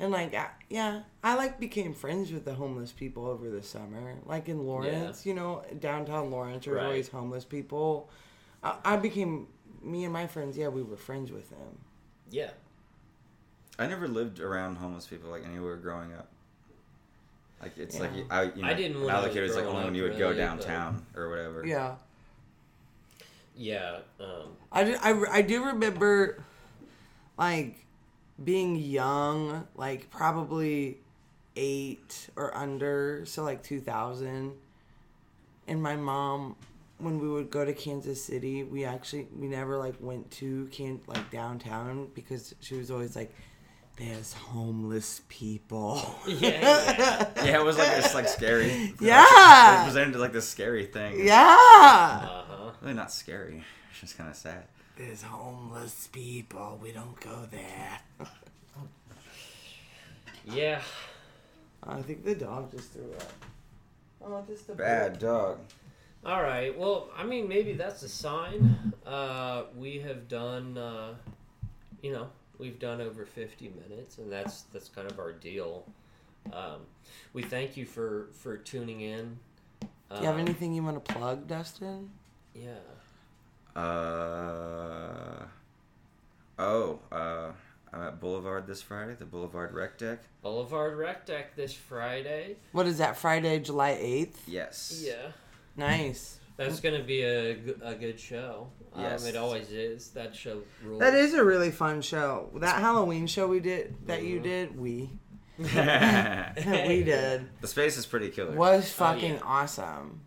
Speaker 2: and like I, yeah, I like became friends with the homeless people over the summer. Like in Lawrence, you know, downtown Lawrence, there's
Speaker 1: Right.
Speaker 2: always homeless people. I, I became me and my friends. Yeah, we were friends with them.
Speaker 1: yeah.
Speaker 3: I never lived around homeless people like anywhere growing up. Like it's like
Speaker 2: Yeah.
Speaker 3: I, you know,
Speaker 1: I didn't when I
Speaker 3: now
Speaker 1: was
Speaker 3: the kid was like
Speaker 1: growing
Speaker 3: only when
Speaker 1: up,
Speaker 3: you would go
Speaker 1: really, but-
Speaker 3: downtown or whatever.
Speaker 2: Yeah,
Speaker 1: Yeah. Um,
Speaker 2: I, did- I, I do remember, like, being young, like probably eight or under, so like 2000. And my mom, when we would go to Kansas City, we actually we never like went to can like downtown because she was always like, "There's homeless people."
Speaker 1: yeah.
Speaker 3: Yeah, it was like this like scary.
Speaker 2: Yeah.
Speaker 3: Like, it presented like this scary thing.
Speaker 1: Uh
Speaker 2: yeah,
Speaker 1: huh.
Speaker 3: Really not scary. It's just kind of sad.
Speaker 2: there's homeless people. We don't go there.
Speaker 1: Yeah.
Speaker 2: I think the dog just threw up. Oh, just a
Speaker 3: dog.
Speaker 1: All right. Well, I mean, maybe that's a sign. Uh, we have done, uh, you know, we've done over fifty minutes, and that's that's kind of our deal. Um, we thank you for for tuning in.
Speaker 2: Do you have
Speaker 1: Um,
Speaker 2: anything you want to plug, Dustin?
Speaker 1: Yeah.
Speaker 3: Uh. Oh. Uh. I'm at Boulevard this Friday. The Boulevard Rec Deck.
Speaker 1: Boulevard Rec Deck this Friday.
Speaker 2: What is that? Friday, July eighth.
Speaker 3: Yes.
Speaker 1: Yeah.
Speaker 2: Nice.
Speaker 1: That's going to be a, g- a good show. Um,
Speaker 3: Yes.
Speaker 1: It always is. That show rules.
Speaker 2: That is a really fun show. That Halloween show we did, that you
Speaker 1: Mhm.
Speaker 2: did, we
Speaker 3: the
Speaker 2: we did
Speaker 3: space is pretty killer.
Speaker 2: was
Speaker 1: Oh, yeah.
Speaker 2: fucking awesome.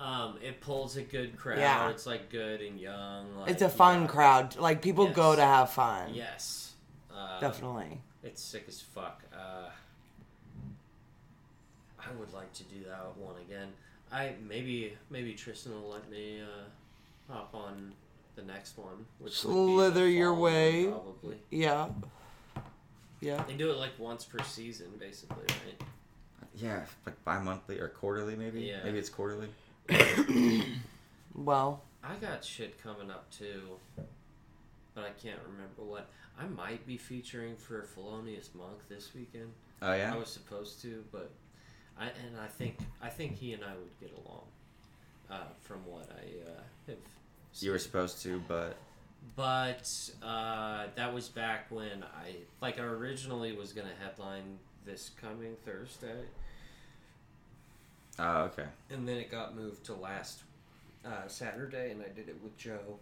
Speaker 1: Um, it pulls a good crowd.
Speaker 2: Yeah.
Speaker 1: It's like good and young. Like,
Speaker 2: It's a fun
Speaker 1: yeah.
Speaker 2: crowd. Like people go
Speaker 1: Yes.
Speaker 2: to have fun.
Speaker 1: Yes. Uh,
Speaker 2: Definitely.
Speaker 1: It's sick as fuck. Uh, I would like to do that one again. I maybe maybe Tristan will let me uh, hop on the next one. Which would be the
Speaker 2: Slither your
Speaker 1: following,
Speaker 2: way.
Speaker 1: probably.
Speaker 2: Yeah. Yeah.
Speaker 1: They do it like once per season, basically, right?
Speaker 3: Yeah, like bi-monthly or quarterly maybe.
Speaker 1: Yeah.
Speaker 3: Maybe it's quarterly.
Speaker 2: Well,
Speaker 1: I got shit coming up too, but I can't remember what. I might be featuring for Felonious Monk this weekend.
Speaker 3: Oh yeah.
Speaker 1: I was supposed to, but I and I think I think he and I would get along, uh, from what I uh, have. Seen.
Speaker 3: You were supposed to, but
Speaker 1: but uh, that was back when I like I originally was gonna headline this coming Thursday,
Speaker 3: oh okay.
Speaker 1: and then it got moved to last uh, Saturday, and I did it with Joe.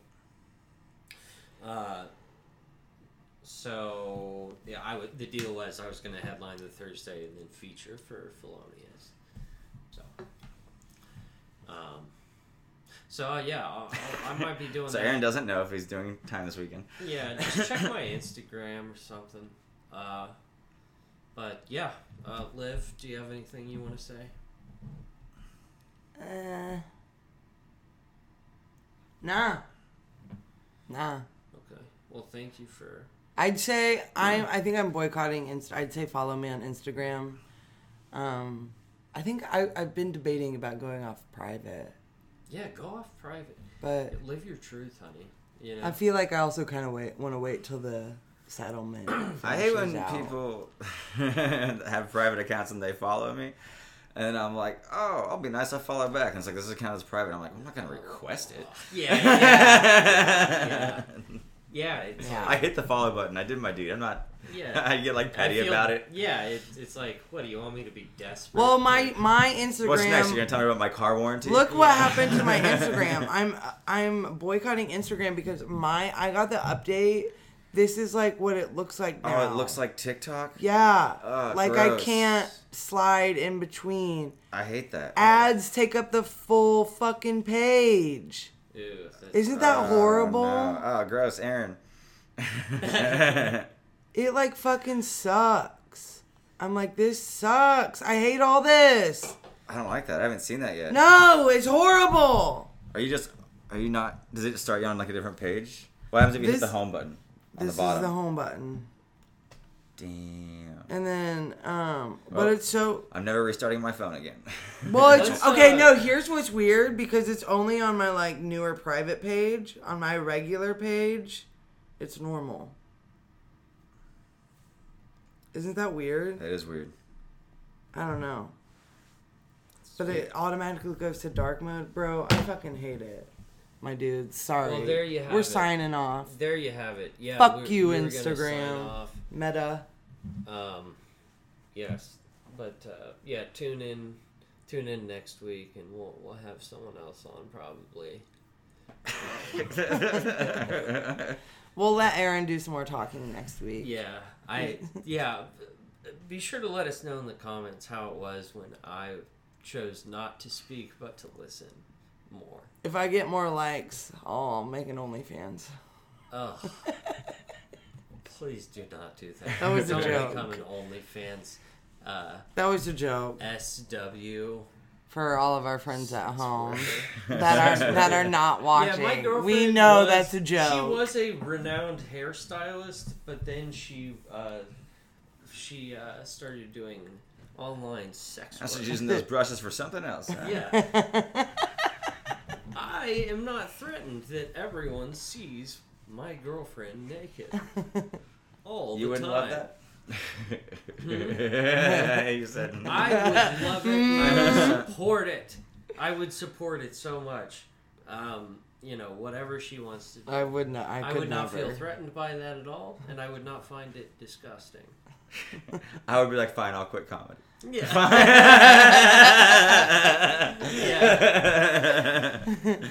Speaker 1: Uh, so yeah, I would. The deal was I was going to headline the Thursday and then feature for Felonious. So, um, so uh, yeah, I'll, I'll, I might be doing.
Speaker 3: So
Speaker 1: that.
Speaker 3: Aaron doesn't know if he's doing time this weekend.
Speaker 1: Yeah, just check my Instagram or something. Uh, but yeah, uh, Liv, do you have anything you want to say?
Speaker 2: uh, nah, nah.
Speaker 1: Okay. Well, thank you for.
Speaker 2: I'd say I'm. I think I'm boycotting. Inst- I'd say follow me on Instagram. Um, I think I, I've been debating about going off private,
Speaker 1: Yeah, go off private.
Speaker 2: but
Speaker 1: Live your truth, honey. You know.
Speaker 2: I feel like I also kind of wait want to wait till the settlement.
Speaker 3: I hate when
Speaker 2: finishes out.
Speaker 3: people have private accounts and they follow me, and I'm like, oh, I'll be nice. I'll follow back. And it's like this account is private. I'm like, I'm not gonna request it.
Speaker 1: yeah, yeah, yeah, yeah. It's
Speaker 2: Yeah.
Speaker 1: yeah.
Speaker 3: I hit the follow button. I did my dude. I'm not.
Speaker 1: Yeah.
Speaker 3: I get like
Speaker 1: I
Speaker 3: petty
Speaker 1: feel-
Speaker 3: about it.
Speaker 1: Yeah, it's, it's like, what do you want me to be desperate?
Speaker 2: Well, my my Instagram.
Speaker 3: What's next? You're gonna tell me about my car warranty?
Speaker 2: Look what
Speaker 1: Yeah.
Speaker 2: happened to my Instagram. I'm I'm boycotting Instagram because my I got the update this is like what it looks like
Speaker 3: Oh,
Speaker 2: now.
Speaker 3: it looks like TikTok.
Speaker 2: Yeah.
Speaker 3: Ugh,
Speaker 2: like I
Speaker 3: gross.
Speaker 2: can't slide in between.
Speaker 3: I hate that.
Speaker 2: Ads take up the full fucking page.
Speaker 1: Ew, that's-
Speaker 2: Isn't that
Speaker 3: Oh,
Speaker 2: horrible?
Speaker 3: no. Oh, gross, Aaron.
Speaker 2: It like fucking sucks. I'm like, this sucks. I hate all this.
Speaker 3: I don't like that. I haven't seen that yet.
Speaker 2: No, it's horrible.
Speaker 3: Are you just? Are you not? Does it start you on like a different page? What happens if you hit the
Speaker 2: This-
Speaker 3: home button on
Speaker 2: This
Speaker 3: the bottom?
Speaker 2: is the home button.
Speaker 3: Damn.
Speaker 2: And then, um, but
Speaker 3: Oh.
Speaker 2: it's so.
Speaker 3: I'm never restarting my phone again.
Speaker 2: Well, it's,
Speaker 1: Let's,
Speaker 2: okay,
Speaker 1: uh,
Speaker 2: no, here's what's weird because it's only on my like newer private page. On my regular page, it's normal. Isn't that weird?
Speaker 3: that is weird.
Speaker 2: I don't know. But it automatically goes to dark mode, bro. I fucking hate it. My dude, sorry.
Speaker 1: Well, there you have
Speaker 2: We're
Speaker 1: it.
Speaker 2: signing off.
Speaker 1: There you have it. Yeah.
Speaker 2: Fuck
Speaker 1: we're-
Speaker 2: you,
Speaker 1: we were gonna sign
Speaker 2: Instagram.
Speaker 1: off.
Speaker 2: Meta.
Speaker 1: Um, yes, but uh, yeah, tune in, tune in next week, and we'll we'll have someone else on probably.
Speaker 2: We'll let Aaron do some more talking next week.
Speaker 1: Yeah, I yeah. Be sure to let us know in the comments how it was when I chose not to speak but to listen more.
Speaker 2: If I get more likes, I'll make an OnlyFans.
Speaker 1: Ugh. Please do not do that.
Speaker 2: That was a
Speaker 1: Don't
Speaker 2: joke.
Speaker 1: become an OnlyFans uh,
Speaker 2: That was a joke
Speaker 1: SW.
Speaker 2: for all of our friends at home that are that are not watching.
Speaker 1: Yeah, my girlfriend.
Speaker 2: we know
Speaker 1: was-
Speaker 2: that's a joke.
Speaker 1: She was a renowned hairstylist, but then she uh, she uh, started doing online sex
Speaker 3: That's
Speaker 1: work.
Speaker 3: just using those brushes for something else. huh?
Speaker 1: yeah. I am not threatened that everyone sees my girlfriend naked all
Speaker 3: You
Speaker 1: the
Speaker 3: wouldn't
Speaker 1: time. Hmm.
Speaker 3: love that. you said.
Speaker 1: I would love it. I would support it. I would support it so much. Um, you know, whatever she wants to do.
Speaker 2: I would not. I,
Speaker 1: I
Speaker 2: could
Speaker 1: would not
Speaker 2: never.
Speaker 1: feel threatened by that at all, and I would not find it disgusting.
Speaker 3: I would be like, fine, I'll quit comedy.
Speaker 1: Yeah.
Speaker 3: yeah.